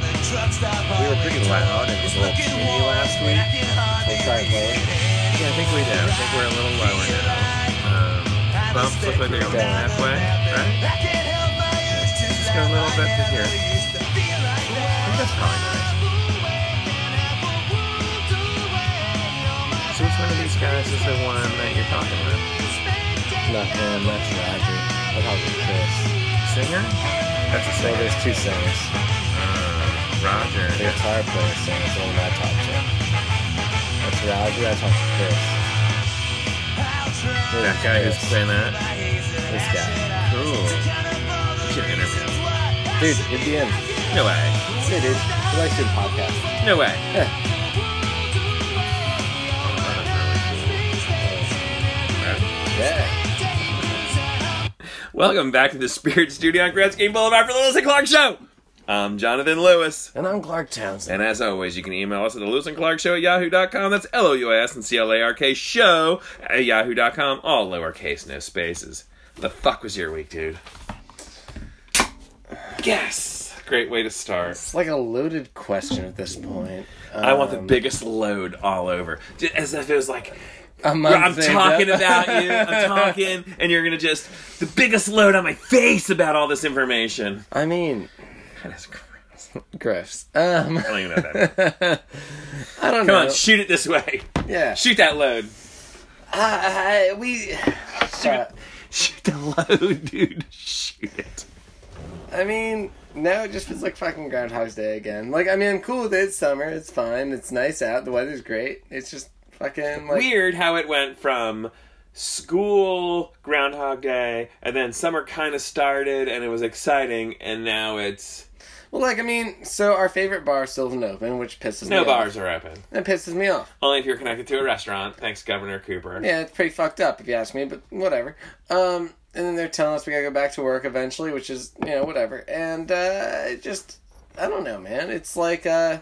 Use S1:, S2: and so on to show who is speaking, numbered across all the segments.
S1: We were pretty loud and a little tinny last week. We'll try it lower.
S2: Yeah, I think we did. I think we're a little lower now. Um, bumps look like they're going halfway, right? Just go a little bit to here. I think that's probably nice. So which one of these guys is the one that you're talking about?
S1: Not him, that's Roger. That was Chris.
S2: Singer? That's a
S1: So
S2: singer.
S1: there's two singers.
S2: Uh, Roger.
S1: The guitar player sings, the one I talked to. That's Roger, I talked to Chris. There's
S2: That guy who's
S1: Chris.
S2: playing that.
S1: This guy.
S2: Cool. We should interview him.
S1: Dude, it'd be in.
S2: No way.
S1: Hey, dude. He likes your podcast.
S2: No way.
S1: Yeah.
S2: Oh, that is really cool. Wow.
S1: Yeah.
S2: Welcome back to the Spirit Studio on Grand Scheme Boulevard for the Lewis and Clark Show. I'm Jonathan Lewis.
S1: And I'm Clark Townsend.
S2: And as always, you can email us at the Lewis and Clark Show at yahoo.com. That's L O U S and C L A R K show at yahoo.com. All lowercase, no spaces. The fuck was your week, dude? Yes! Great way to start.
S1: It's like a loaded question at this point.
S2: I want the
S1: Um,
S2: biggest load all over. Just as if it was like,
S1: a
S2: Bro,
S1: month
S2: I'm
S1: into-
S2: talking about you. I'm talking, and you're gonna just the biggest load on my face about all this information.
S1: I mean,
S2: That is gross.
S1: Griff's. Um,
S2: I don't even know that. Come
S1: I don't know.
S2: on, shoot it this way.
S1: yeah.
S2: Shoot that load.
S1: I- I- we. Uh,
S2: Shoot the load, dude. Shoot it.
S1: I mean, now it just feels like fucking Groundhog's Day again. Like, I mean, I'm cool with it. It's summer. It's fine. It's nice out. The weather's great. It's just fucking like.
S2: Weird how it went from school Groundhog Day, and then summer kind of started, and it was exciting, and now it's
S1: Well, like, I mean, so our favorite bar still isn't open, which pisses me
S2: no
S1: off.
S2: bars are open.
S1: That pisses me off.
S2: Only if you're connected to a restaurant. Thanks, Governor Cooper.
S1: Yeah, it's pretty fucked up if you ask me, but whatever. Um, and then they're telling us we gotta go back to work eventually, which is you know whatever. And uh, it just I don't know, man. It's like uh,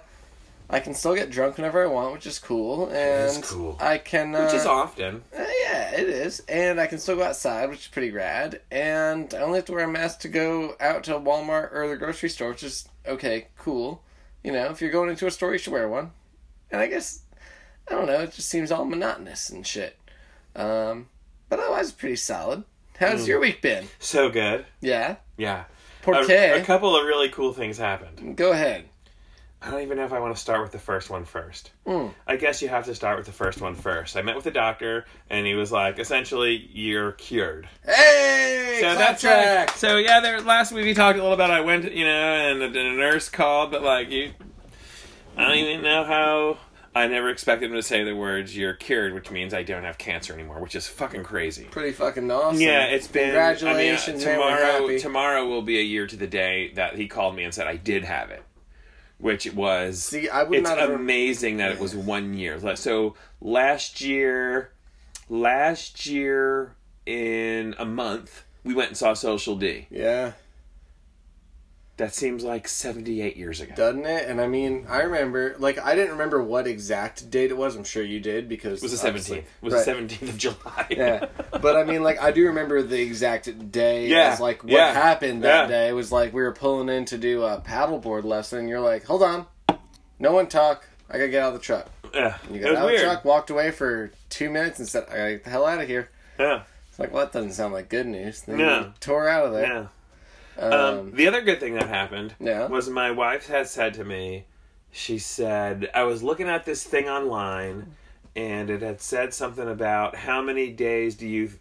S1: I can still get drunk whenever I want, which is cool. And
S2: is cool.
S1: I can, uh,
S2: Which is often.
S1: uh, yeah, it is. And I can still go outside, which is pretty rad. And I only have to wear a mask to go out to Walmart or the grocery store, which is okay, cool. You know, if you're going into a store, you should wear one. And I guess, I don't know, it just seems all monotonous and shit. Um, but otherwise, pretty solid.
S2: Hmm.
S1: How's your week been?
S2: So good.
S1: Yeah?
S2: Yeah. A, a
S1: Porque.
S2: couple of really cool things happened.
S1: Go ahead.
S2: I don't even know if I want to start with the first one first.
S1: Mm.
S2: I guess you have to start with the first one first. I met with the doctor, and he was like, essentially, you're cured.
S1: Hey!
S2: So
S1: clap
S2: that's like,
S1: track!
S2: so yeah. There last week we talked a little about I went, you know, and a, and a nurse called, but like you, I don't even know how. I never expected him to say the words "you're cured," which means I don't have cancer anymore, which is fucking crazy.
S1: Pretty fucking awesome.
S2: Yeah, it's been.
S1: Congratulations,
S2: I mean, uh,
S1: man.
S2: tomorrow,
S1: We're happy.
S2: tomorrow will be a year to the day that he called me and said I did have it, which it was.
S1: See, I would
S2: it's
S1: not have-
S2: amazing that it was one year. Like, So last year, last year in a month, we went and saw Social D.
S1: yeah.
S2: That seems like seventy-eight years ago.
S1: doesn't it? And I mean, I remember, like, I didn't remember what exact date it was. I'm sure you did because
S2: It was the
S1: obviously-
S2: seventeenth. It was
S1: Right.
S2: the seventeenth of July.
S1: Yeah, but I mean, like, I do remember the exact day.
S2: Yeah,
S1: as, like what
S2: yeah,
S1: happened that
S2: yeah.
S1: day was like we were pulling in to do a paddleboard lesson. And you're like, hold on, no one talk. I gotta get out of the truck.
S2: Yeah.
S1: And you
S2: it
S1: got
S2: was
S1: out of the
S2: weird.
S1: truck, walked away for two minutes, and said, "I gotta get the hell out of here."
S2: Yeah.
S1: It's like, well, that doesn't sound like good news. Then
S2: No.
S1: you tore out of there.
S2: Yeah.
S1: Um,
S2: Um, the other good thing that happened
S1: Yeah.
S2: was my wife had said to me, she said, I was looking at this thing online and it had said something about how many days do you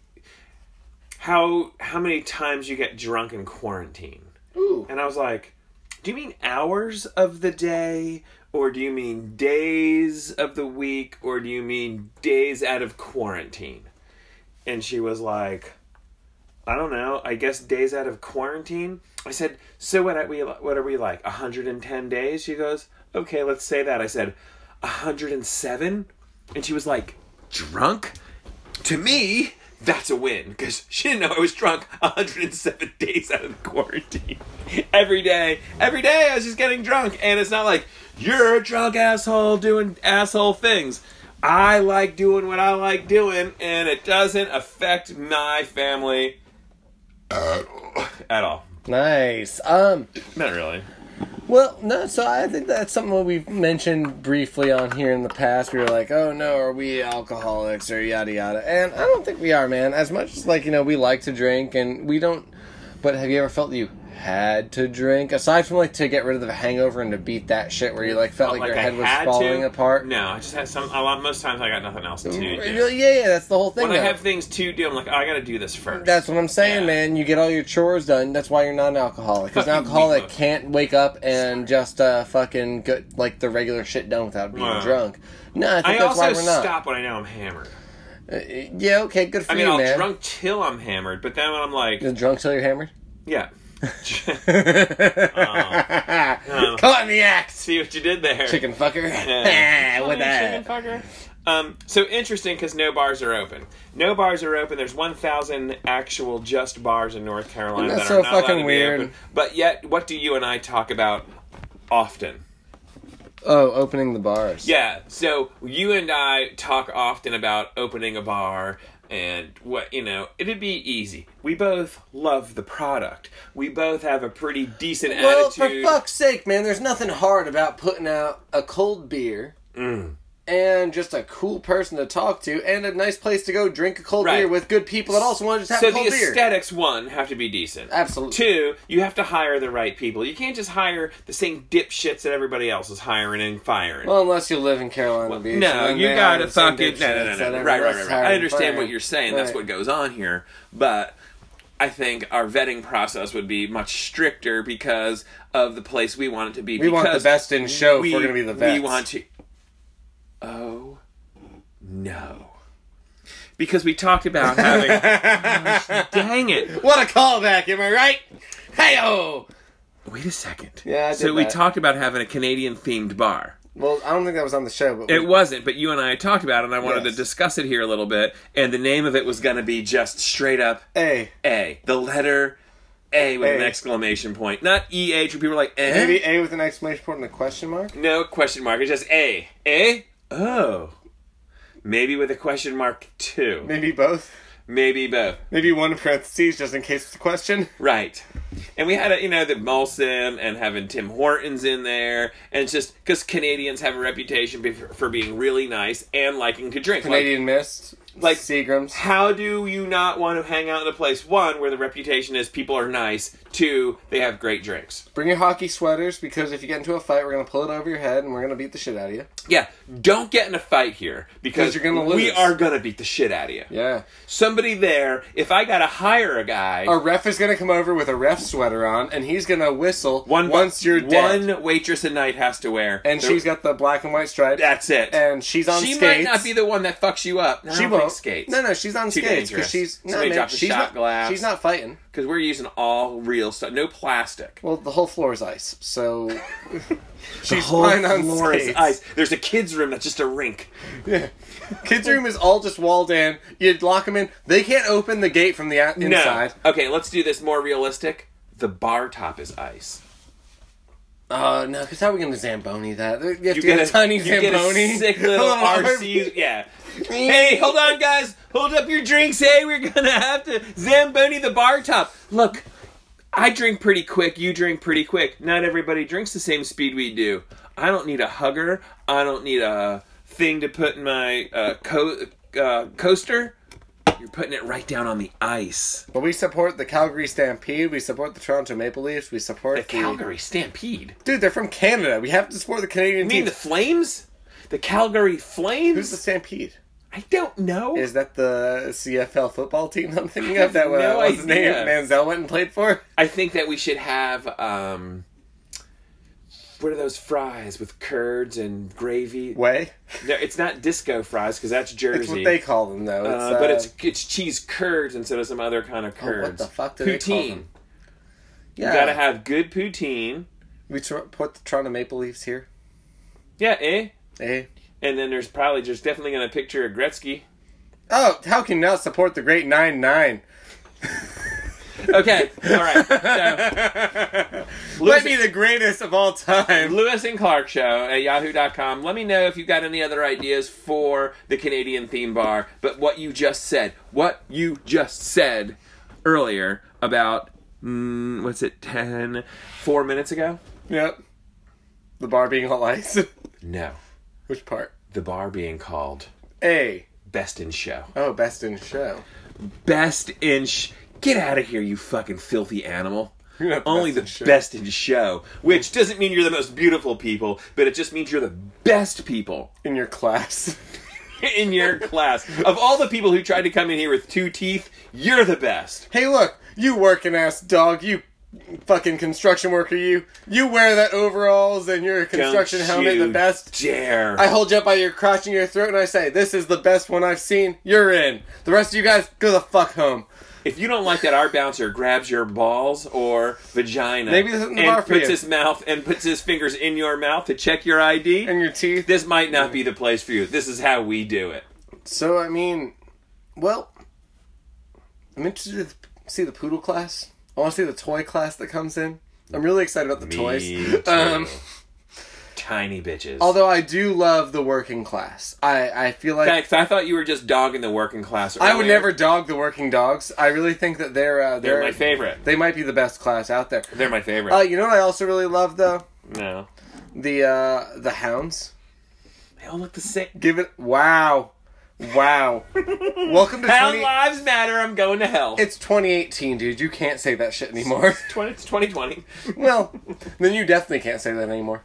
S2: how how many times you get drunk in quarantine.
S1: ooh,
S2: And I was like, do you mean hours of the day or do you mean days of the week or do you mean days out of quarantine? And she was like, I don't know. I guess days out of quarantine. I said, so what are we? What are we like? 110 days? She goes, okay, let's say that. I said, 107, and she was like, drunk. To me, that's a win because she didn't know I was drunk 107 days out of the quarantine. Every day, every day, I was just getting drunk, and it's not like you're a drunk asshole doing asshole things. I like doing what I like doing, and it doesn't affect my family at all.
S1: nice. Um,
S2: Not really.
S1: Well, no, so I think that's something we've mentioned briefly on here in the past. We were like, oh no, are we alcoholics or yada yada? And I don't think we are, man. As much as, like, you know, we like to drink and we don't. But have you ever felt that you had to drink? Aside from, like, to get rid of the hangover and to beat that shit where you, like, felt like, your
S2: I
S1: head was
S2: had
S1: falling
S2: to.
S1: apart?
S2: No, I just had some. A lot. Most times I got nothing else to do.
S1: Yeah, yeah, that's the whole thing.
S2: When I
S1: though.
S2: have things to do, I'm like, oh, I got to do this first.
S1: That's what I'm saying,
S2: Yeah.
S1: man. You get all your chores done. That's why you're not an alcoholic. Because an
S2: Fucking
S1: alcoholic
S2: meatloaf.
S1: can't wake up and just uh, fucking get like the regular shit done without being
S2: Wow.
S1: drunk. No, I think
S2: I
S1: that's why
S2: also
S1: we're not.
S2: stop when I know I'm hammered.
S1: Uh, yeah, okay, good for
S2: I mean,
S1: you,
S2: I'll
S1: man.
S2: drunk till I'm hammered, but then when I'm like,
S1: You're drunk till you're hammered.
S2: yeah. Oh.
S1: Caught in the act,
S2: See what you did there.
S1: chicken fucker.
S2: Yeah.
S1: With that.
S2: Chicken fucker. Um, so interesting because no bars are open. No bars are open. There's 1,000 actual just bars in North Carolina
S1: That's
S2: that
S1: so
S2: are not allowed
S1: fucking
S2: to be
S1: weird.
S2: open. But yet, what do you and I talk about often?
S1: Oh, opening the bars.
S2: Yeah. So you and I talk often about opening a bar and what you know it'd be easy we both love the product we both have a pretty decent
S1: Well,
S2: attitude
S1: for fuck's sake, man, there's nothing hard about putting out a cold beer
S2: Mm.
S1: and just a cool person to talk to and a nice place to go drink a cold
S2: Right.
S1: beer with good people that also want to just have
S2: so
S1: a
S2: the
S1: cold beer.
S2: aesthetics one have to be decent
S1: Absolutely.
S2: Two, you have to hire the right people. You can't just hire the same dipshits that everybody else is hiring and firing.
S1: Well, unless you live in Carolina Beach.
S2: no,
S1: and
S2: you
S1: they are
S2: gotta
S1: the same
S2: fucking no, no, no,
S1: dipshits
S2: no,
S1: that
S2: no. Right, right,
S1: everyone
S2: right,
S1: else
S2: right. I
S1: hired
S2: understand
S1: prior.
S2: what you're saying. That's
S1: Right.
S2: what goes on here, but I think our vetting process would be much stricter because of the place we want it to be.
S1: We want the
S2: because
S1: best in show
S2: we,
S1: if we're going to be the
S2: We
S1: best.
S2: want to. Oh no. Because we talked about having. Gosh, dang it!
S1: What a callback, am I right? Hey, oh!
S2: Wait a second.
S1: Yeah, I did
S2: so we
S1: that.
S2: talked about having a Canadian themed bar.
S1: Well, I don't think that was on the show, but.
S2: It wasn't, but you and I talked about it, and I wanted
S1: Yes.
S2: to discuss it here a little bit. And the name of it was going to be just straight up
S1: hey.
S2: A. The letter A with an
S1: A.
S2: exclamation point. Not EH, where people are like, eh?
S1: Maybe A with an exclamation point and a question mark?
S2: No question mark. It's just A. A? Oh. Maybe with a question mark, too.
S1: Maybe both?
S2: Maybe both.
S1: Maybe one parentheses just in case it's a question?
S2: Right. And we had, a, you know, the Molson and having Tim Hortons in there. And it's just because Canadians have a reputation be- for being really nice and liking to drink. Like,
S1: Canadian Mist,
S2: like-
S1: Seagrams.
S2: how do you not want to hang out in a place, one, where the reputation is people are nice, two, they have great drinks?
S1: Bring your hockey sweaters because if you get into a fight, we're gonna pull it over your head and we're gonna beat the shit out of you.
S2: Yeah, don't get in a fight here because
S1: you're gonna
S2: we
S1: lose.
S2: are going to beat the shit out of you.
S1: Yeah.
S2: Somebody there, if I got to hire a guy,
S1: A ref is gonna come over with a ref sweater on and he's gonna whistle
S2: one
S1: once you're dead.
S2: one waitress a night has to wear.
S1: and
S2: So
S1: she's got the black and white stripes.
S2: that's it.
S1: And she's on
S2: she might
S1: skates.
S2: not be the one that fucks you up. No, I
S1: she
S2: don't think
S1: won't.
S2: skates.
S1: No, no, she's on
S2: Too
S1: skates
S2: dangerous.
S1: because she's no,
S2: Somebody
S1: man,
S2: drops a
S1: she's
S2: shot
S1: not,
S2: glass.
S1: She's not fighting.
S2: Because we're using all real stuff, no plastic.
S1: Well, the whole floor is ice, so she's
S2: Whole
S1: fine on
S2: floor is
S1: skates.
S2: ice. There's a kids' room that's just a rink.
S1: Kids' room is all just walled in. You lock them in. They can't open the gate from the out- inside.
S2: No. Okay, let's do this more realistic. The bar top is ice.
S1: Oh, no, because how are we going to Zamboni that? You have to
S2: get
S1: get, a tiny
S2: you get
S1: Zamboni. Oh,
S2: a sick little
S1: A
S2: RC. Yeah. Hey, hold on, guys. Hold up your drinks. Hey, we're gonna have to zamboni the bar top. Look, I drink pretty quick. You drink pretty quick. Not everybody drinks the same speed we do. I don't need a hugger. I don't need a thing to put in my uh, co- uh, coaster. You're putting it right down on the ice.
S1: But we support the Calgary Stampede. We support the Toronto Maple Leafs. We support
S2: The Calgary Stampede.
S1: Dude, they're from Canada. We have to support the Canadian
S2: You mean
S1: team.
S2: the Flames? The Calgary Flames?
S1: Who's the Stampede?
S2: I don't know.
S1: Is that the CFL football team I'm thinking of? That was
S2: no
S1: what's his name
S2: idea.
S1: Manziel went and played for.
S2: I think that we should have um what are those fries with curds and gravy?
S1: Way.
S2: No, it's not disco fries because that's Jersey.
S1: That's what they call them though. It's,
S2: uh, but it's it's cheese curds instead of some other kind of curds.
S1: Oh, the fuck
S2: poutine.
S1: do they call them?
S2: You
S1: yeah.
S2: gotta have good poutine.
S1: we support the Toronto Maple Leafs here.
S2: Yeah, eh?
S1: Eh?
S2: And then there's probably there's definitely gonna picture a Gretzky.
S1: Oh, how can you not support the great nine nine?
S2: Okay, all right. So,
S1: Might
S2: Lewis,
S1: be the greatest of all time.
S2: Lewis and Clark Show at yahoo.com. Let me know if you've got any other ideas for the Canadian theme bar. But what you just said, what you just said earlier about, mm, what's it, 10, four minutes ago?
S1: Yep. The bar being all ice.
S2: No.
S1: Which part?
S2: The bar being called
S1: A.
S2: Best in Show.
S1: Oh, best in show.
S2: Best in Sh. Get out of here, you fucking filthy animal.
S1: You're not the
S2: Only
S1: best
S2: the
S1: in show.
S2: best in show, which doesn't mean you're the most beautiful people, but it just means you're the best people
S1: In your class.
S2: in your class. Of all the people who tried to come in here with two teeth, you're the best.
S1: Hey, look, you working ass dog, you fucking construction worker, you. You wear that overalls and your construction
S2: Don't
S1: helmet
S2: you
S1: the best.
S2: Dare.
S1: I hold you up by your crotch and your throat and I say, This is the best one I've seen. You're in. The rest of you guys, go the fuck home.
S2: If you don't like that our bouncer grabs your balls or vagina
S1: Maybe this isn't the
S2: and
S1: bar for
S2: puts
S1: you.
S2: his mouth and puts his fingers in your mouth to check your ID,
S1: And your teeth.
S2: this might not be the place for you. This is how we do it.
S1: So, I mean, well, I'm interested to see the poodle class. I want to see the toy class that comes in. I'm really excited about the toys.
S2: Me too.
S1: Um,
S2: Tiny bitches.
S1: although I do love the working class. I, I feel like
S2: In fact, I thought you were just dogging the working class.
S1: I would
S2: earlier.
S1: never dog the working dogs. I really think that they're uh,
S2: They're
S1: they're,
S2: my favorite.
S1: they might be the best class out there.
S2: They're my favorite.
S1: Uh, you know what I also really love though
S2: no,
S1: the uh, the hounds.
S2: they all look the same.
S1: Give it wow, wow. Welcome to
S2: How
S1: twenty.
S2: lives matter. I'm going to hell.
S1: It's 2018, dude. You can't say that shit anymore.
S2: 20, it's 2020.
S1: well, then you definitely can't say that anymore.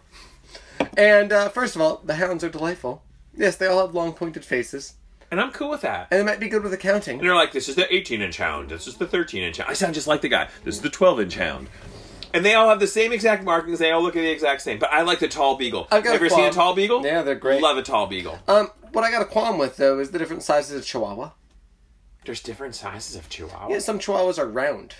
S1: And uh, first of all, the hounds are delightful. Yes, they all have long pointed faces,
S2: and I'm cool with that.
S1: and they might be good with accounting.
S2: And they're like, this is the 18 inch hound. This is the 13 inch hound. I sound just like the guy. This is the 12 inch hound. And they all have the same exact markings. They all look the exact same. But I like the tall beagle.
S1: I've got a
S2: Ever seen a
S1: qualm.
S2: tall beagle?
S1: Yeah, they're great.
S2: Love a tall beagle.
S1: Um, what I got a qualm with though is the different sizes of Chihuahua.
S2: There's different sizes of chihuahua.
S1: Yeah, some Chihuahuas are round,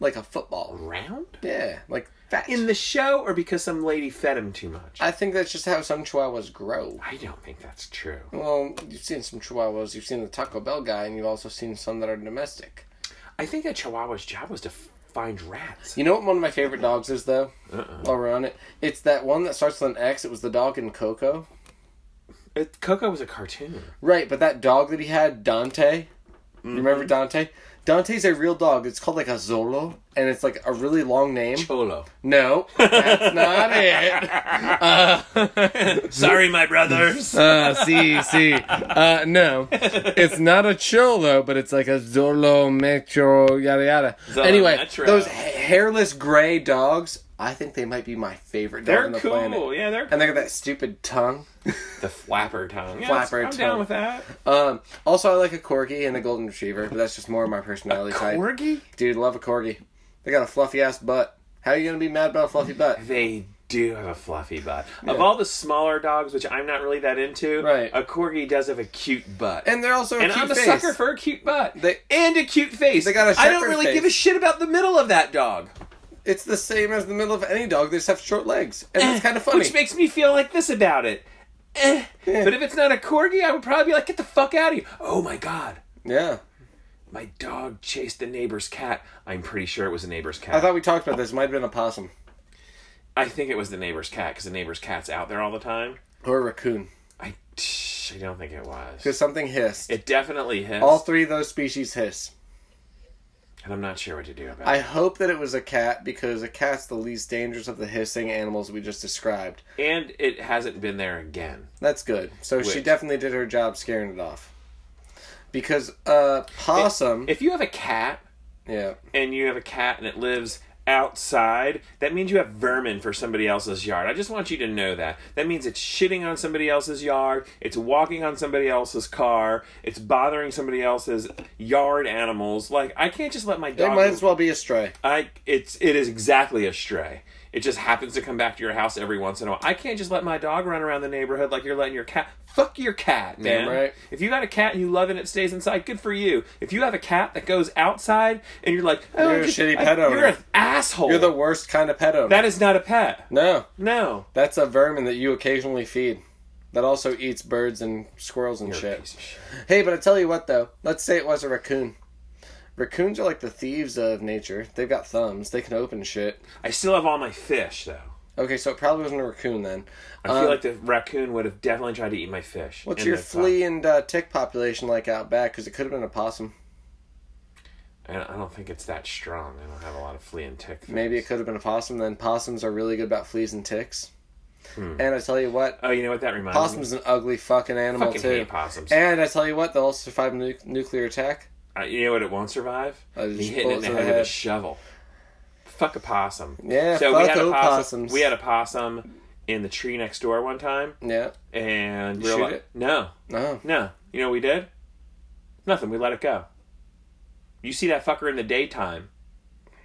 S1: like a football.
S2: Round?
S1: Yeah, like fat.
S2: In the show, or because some lady fed him too much?
S1: I think that's just how some Chihuahuas grow.
S2: I don't think that's true.
S1: Well, you've seen some Chihuahuas. You've seen the Taco Bell guy, and you've also seen some that are domestic.
S2: I think that Chihuahua's job was to f- find rats.
S1: You know what one of my favorite dogs is, though? While we're on it, it's that one that starts with an X. It was the dog in Coco.
S2: It, Coco was a cartoon.
S1: Right, but that dog that he had, Dante. You remember Dante? Dante's a real dog. It's called like a Zolo, and it's like a really long name.
S2: Cholo.
S1: No, that's not it.
S2: Sorry, my brothers.
S1: Uh, see, see. Uh, no. It's not a cholo, but it's like a Zorlo Metro, yada yada.
S2: Zorlo
S1: anyway,
S2: Metro.
S1: those ha- hairless gray dogs, I think they might be my favorite dog
S2: They're
S1: on the
S2: cool.
S1: planet.
S2: Yeah, they're
S1: And they got that stupid tongue.
S2: the flapper tongue. Yeah,
S1: Flapper
S2: I'm
S1: tongue.
S2: down with that.
S1: Um, also, I like a corgi and a golden retriever, but that's just more of my personality type.
S2: Corgi?
S1: Dude, love a corgi. They got a fluffy ass butt. How are you gonna be mad about a fluffy butt?
S2: They do have a fluffy butt. Of all the smaller dogs, which I'm not really that into,
S1: Right.
S2: a corgi does have a cute butt.
S1: And they're also a
S2: And
S1: cute
S2: I'm a
S1: face.
S2: sucker for a cute butt
S1: They-
S2: and a cute face.
S1: They got a
S2: I don't
S1: shepherd
S2: really
S1: face.
S2: give a shit about the middle of that dog,
S1: It's the same as the middle of any dog. They just have short legs, and it's kind of funny.
S2: which makes me feel like this about it. Eh. But if it's not a corgi, I would probably be like, "Get the fuck out of here!" Oh my god,
S1: yeah.
S2: my dog chased the neighbor's cat. I'm pretty sure it was the neighbor's cat.
S1: I thought we talked about this. It might have been a possum
S2: I think it was the neighbor's cat because the neighbor's cat's out there all the time.
S1: or a raccoon
S2: I, I don't think it was.
S1: because something hissed.
S2: It definitely hissed.
S1: All three of those species hiss.
S2: And I'm not sure what to do about
S1: I
S2: it.
S1: hope that it was a cat because a cat's the least dangerous of the hissing animals we just described.
S2: And it hasn't been there again.
S1: That's good. So she
S2: Which?
S1: definitely did her job scaring it off. Because uh possum,
S2: If you have a cat
S1: yeah,
S2: and you have a cat and it lives outside, that means you have vermin for somebody else's yard. I just want you to know that. That means it's shitting on somebody else's yard, it's walking on somebody else's car, it's bothering somebody else's yard animals. Like I can't just let my
S1: it
S2: dog
S1: might as well be a stray.
S2: I it's it is exactly a stray. It just happens to come back to your house every once in a while. I can't just let my dog run around the neighborhood like you're letting your cat. Fuck your cat, man.
S1: Damn right.
S2: If you got a cat and you love it, and it stays inside. Good for you. If you have a cat that goes outside and you're like, oh,
S1: You're a
S2: just-
S1: shitty
S2: I-
S1: pet owner.
S2: You're an asshole.
S1: You're the worst kind of pet owner.
S2: that is not a pet.
S1: no,
S2: No.
S1: that's a vermin that you occasionally feed. That also eats birds and squirrels and
S2: You're a
S1: shit.
S2: piece of shit.
S1: Hey, but I tell you what though, let's say it was a raccoon. Raccoons are like the thieves of nature. They've got thumbs. They can open shit.
S2: I still have all my fish though.
S1: Okay, so it probably wasn't a raccoon then. Uh,
S2: I feel like the raccoon would have definitely tried to eat my fish.
S1: What's
S2: And
S1: your
S2: the fox.
S1: flea and uh, tick population like out back? Because it could have been a possum.
S2: I don't- I don't think it's that strong. I don't have a lot of flea and tick.
S1: Maybe it could have been a possum. Then possums are really good about fleas and ticks.
S2: Hmm.
S1: And I tell you what,
S2: Oh, you know what that reminds me?
S1: possum's an ugly fucking animal
S2: Fucking
S1: too.
S2: hate possums.
S1: And I tell you what, they'll survive a nu- nuclear attack.
S2: Uh, you know what it won't survive?
S1: Uh,
S2: Me
S1: just
S2: hitting it in
S1: bullets
S2: the
S1: in
S2: head,
S1: the
S2: with a
S1: head.
S2: shovel. Fuck a possum.
S1: Yeah,
S2: So we
S1: fuck
S2: had a possum.
S1: opossums.
S2: We had a possum in the tree next door one time,
S1: Yeah.
S2: and
S1: You
S2: we
S1: shoot
S2: were like,
S1: it?
S2: no,
S1: No.
S2: no. You know what we did? Nothing. We let it go. You see that fucker in the daytime,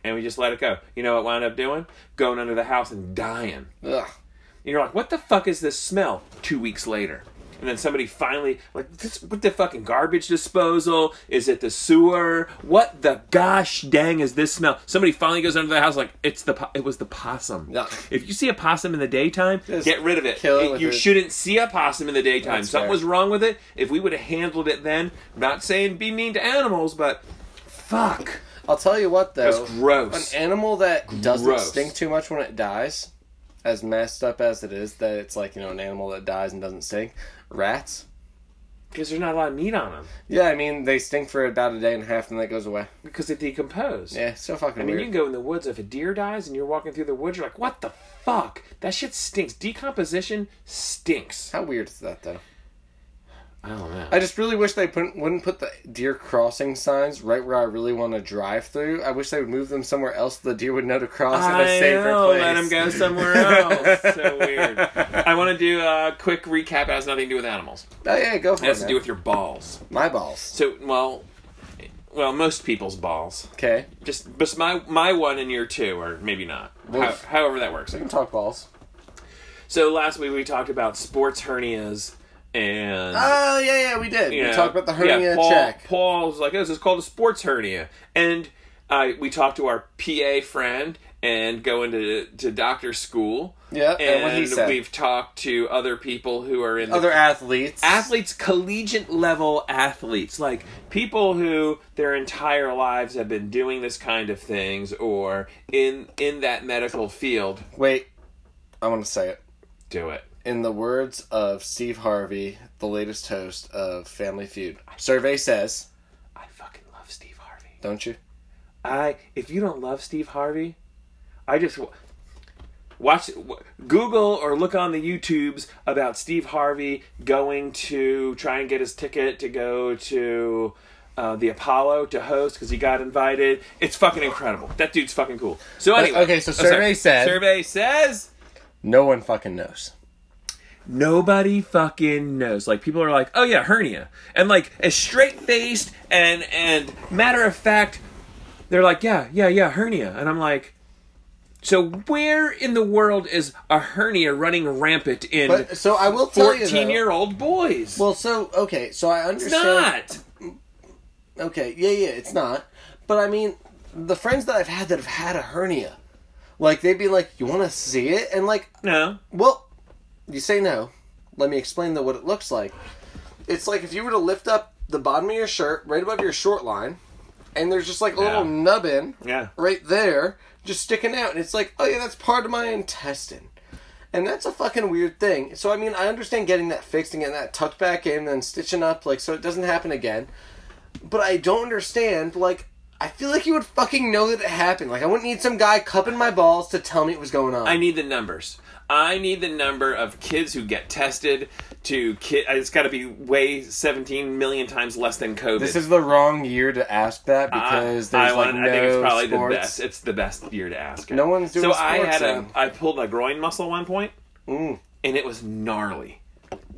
S2: and we just let it go. You know what it wound up doing? Going under the house and dying.
S1: Ugh.
S2: And you're like, what the fuck is this smell? Two weeks later. And then somebody finally, like, this, what the fucking garbage disposal? Is it the sewer? What the gosh dang is this smell? Somebody finally goes under the house, like, it's the, po- it was the possum.
S1: Yeah.
S2: If you see a possum in the daytime,
S1: Just
S2: get rid of it.
S1: kill it
S2: It-
S1: with
S2: you
S1: a-
S2: shouldn't see a possum in the daytime.
S1: That's
S2: Something
S1: fair.
S2: was wrong with it. If we would have handled it then, I'm not saying be mean to animals, but fuck.
S1: I'll tell you what though.
S2: That's gross.
S1: An animal that doesn't
S2: Gross.
S1: stink too much when it dies, as messed up as it is, that it's like, you know, an animal that dies and doesn't stink. Rats.
S2: Because there's not a lot of meat on them.
S1: Yeah, I mean, they stink for about a day and a half and then it goes away.
S2: Because they decompose.
S1: Yeah, so fucking
S2: I mean,
S1: weird.
S2: you can go in the woods. If a deer dies and you're walking through the woods, you're like, what the fuck? That shit stinks. Decomposition stinks.
S1: How weird is that though?
S2: I don't know.
S1: I just really wish they put, wouldn't put the deer crossing signs right where I really want to drive through. I wish they would move them somewhere else so the deer would know to cross at a safer
S2: know,
S1: place.
S2: Let them go somewhere else. so weird. I want to do a quick recap. It has nothing to do with animals.
S1: Oh yeah, go for
S2: It
S1: it.
S2: has to
S1: man.
S2: do with your balls.
S1: my balls.
S2: So, well, well, most people's balls.
S1: Okay,
S2: Just, just my my one and your two, or maybe not. How,
S1: Oof.
S2: however that works.
S1: we can talk balls.
S2: So last week we talked about sports hernias and.
S1: Oh yeah, yeah, we did.
S2: you
S1: we
S2: know,
S1: talked about the hernia
S2: yeah, Paul,
S1: check.
S2: Paul's like, oh, this is called a sports hernia. And I we talked to our PA friend and go into to doctor school.
S1: Yeah,
S2: And,
S1: and what he said.
S2: we've talked to other people who are in the
S1: Other athletes.
S2: athletes, collegiate level athletes, like people who their entire lives have been doing this kind of things or in in that medical field.
S1: Wait, I want to say it.
S2: Do it.
S1: In the words of Steve Harvey, the latest host of Family Feud, survey says,
S2: I fucking love Steve Harvey.
S1: "Don't you?"
S2: I if you don't love Steve Harvey, I just w- watch w- Google or look on the YouTubes about Steve Harvey going to try and get his ticket to go to uh, the Apollo to host because he got invited. It's fucking incredible. That dude's fucking cool. So anyway,
S1: okay, so
S2: oh, sorry.
S1: survey said-
S2: survey says
S1: No one fucking knows.
S2: nobody fucking knows. Like people are like, oh yeah, hernia, and like as straight faced and and matter of fact, they're like, yeah, yeah, yeah, hernia, and I'm like. So where in the world is a hernia running rampant in
S1: But so I will tell you. though-
S2: fourteen-year-old boys?
S1: Well, so okay, so I
S2: it's
S1: understand.
S2: not.
S1: Okay, yeah, yeah, it's not. But I mean, the friends that I've had that have had a hernia, like they'd be like, "You want to see it?" And like,
S2: No,
S1: well, you say no. Let me explain though what it looks like. It's like if you were to lift up the bottom of your shirt right above your short line, and there's just like a little
S2: Yeah.
S1: nubbin
S2: Yeah.
S1: right there, just sticking out, and it's like, oh yeah, that's part of my intestine. And that's a fucking weird thing. So I mean, I understand getting that fixed and getting that tucked back in and stitching up like so it doesn't happen again. But I don't understand like I feel like you would fucking know that it happened. Like I wouldn't need some guy cupping my balls to tell me it was going on.
S2: I need the numbers. I need the number of kids who get tested to kid. It's got to be way seventeen million times less than COVID.
S1: This is the wrong year to ask that
S2: I-
S1: because
S2: Uh, I
S1: there's like
S2: wanna-
S1: no
S2: I think it's probably
S1: sports.
S2: the best. It's the best year to ask. it.
S1: No one's doing
S2: So I
S1: sports
S2: had a
S1: then. Mm.
S2: I pulled my groin muscle one point, and it was gnarly.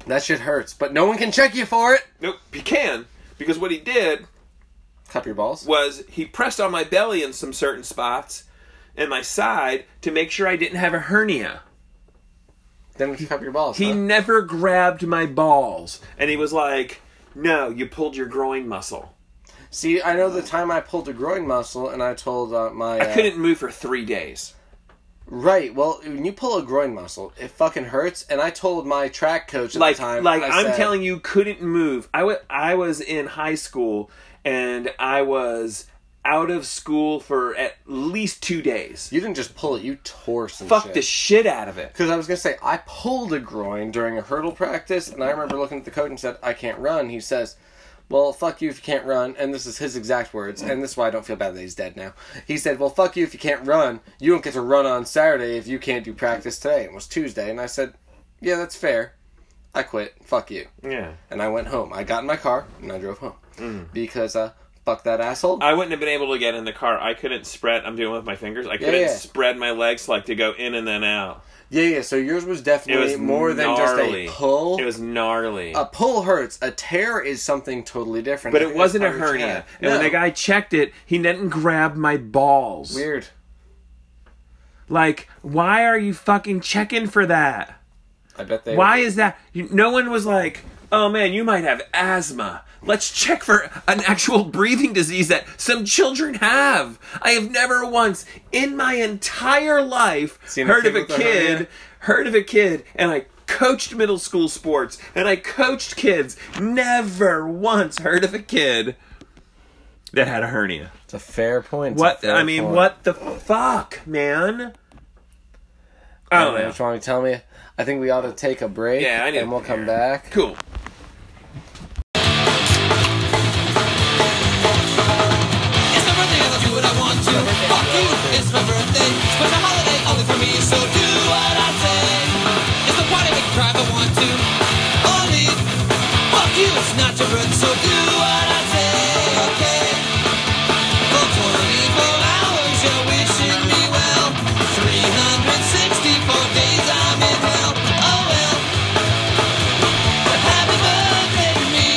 S1: That shit hurts, but no one can check you for it.
S2: Nope, he can because what he did
S1: Cup your balls.
S2: was he pressed on my belly in some certain spots and my side to make sure I didn't have a hernia.
S1: Then cup your balls.
S2: He
S1: huh?
S2: never grabbed my balls, and he was like, "No, you pulled your groin muscle."
S1: See, I know the time I pulled a groin muscle and I told uh, my.
S2: I
S1: uh,
S2: couldn't move for three days.
S1: Right. Well, when you pull a groin muscle, it fucking hurts. And I told my track coach at
S2: like
S1: the time.
S2: like
S1: I
S2: I'm
S1: said,
S2: telling you, couldn't move. I wa- I was in high school and I was out of school for at least two days.
S1: you didn't just pull it. You tore some.
S2: Fuck
S1: shit.
S2: the shit out of it.
S1: Because I was gonna say I pulled a groin during a hurdle practice, and I remember looking at the coach and said, "I can't run." He says, well, fuck you if you can't run, and this is his exact words, and this is why I don't feel bad that he's dead now. He said, well, fuck you if you can't run. You don't get to run on Saturday if you can't do practice today. It was Tuesday, and I said, yeah, that's fair. I quit. Fuck you.
S2: Yeah.
S1: And I went home. I got in my car, and I drove home.
S2: Mm.
S1: Because, uh, fuck that asshole.
S2: I wouldn't have been able to get in the car. I couldn't spread. I'm doing it with my fingers. I couldn't
S1: yeah.
S2: spread my legs like to go in and then out.
S1: yeah, yeah, so yours was
S2: It
S1: definitely
S2: was
S1: more than
S2: gnarly.
S1: just a pull.
S2: It was gnarly.
S1: a pull hurts. A tear is something totally different.
S2: but
S1: I
S2: it
S1: think
S2: wasn't a
S1: that's part of
S2: hernia.
S1: rehab.
S2: And when
S1: No.
S2: the guy checked it, he didn't grab my balls.
S1: Weird.
S2: Like, why are you fucking checking for that?
S1: I bet they.
S2: Why is that? You, no one was like, oh man, you might have asthma. Let's check for an actual breathing disease that some children have. I have never once in my entire life
S1: Seen a
S2: heard
S1: kid
S2: of a
S1: with a
S2: kid,
S1: hernia?
S2: heard of a kid, and I coached middle school sports and I coached kids. Never once heard of a kid that had a hernia.
S1: It's a fair point. It's a
S2: What
S1: fair
S2: I mean,
S1: point.
S2: what the fuck, man? Uh, I don't know.
S1: What you want me to tell me? I think we ought to take a break.
S2: Yeah, I need
S1: And
S2: a
S1: we'll come back.
S2: Cool.
S3: It's my birthday and I'll do what I want to. Fuck you, it's my birthday. Spend a holiday only for me, so do what I say. It's the party we can cry if I want to. Or leave. Fuck you, it's not your birthday, so do what I say. Okay. For 24 hours, you're wishing me well. 364 days I'm in hell. Oh well. But happy birthday to me.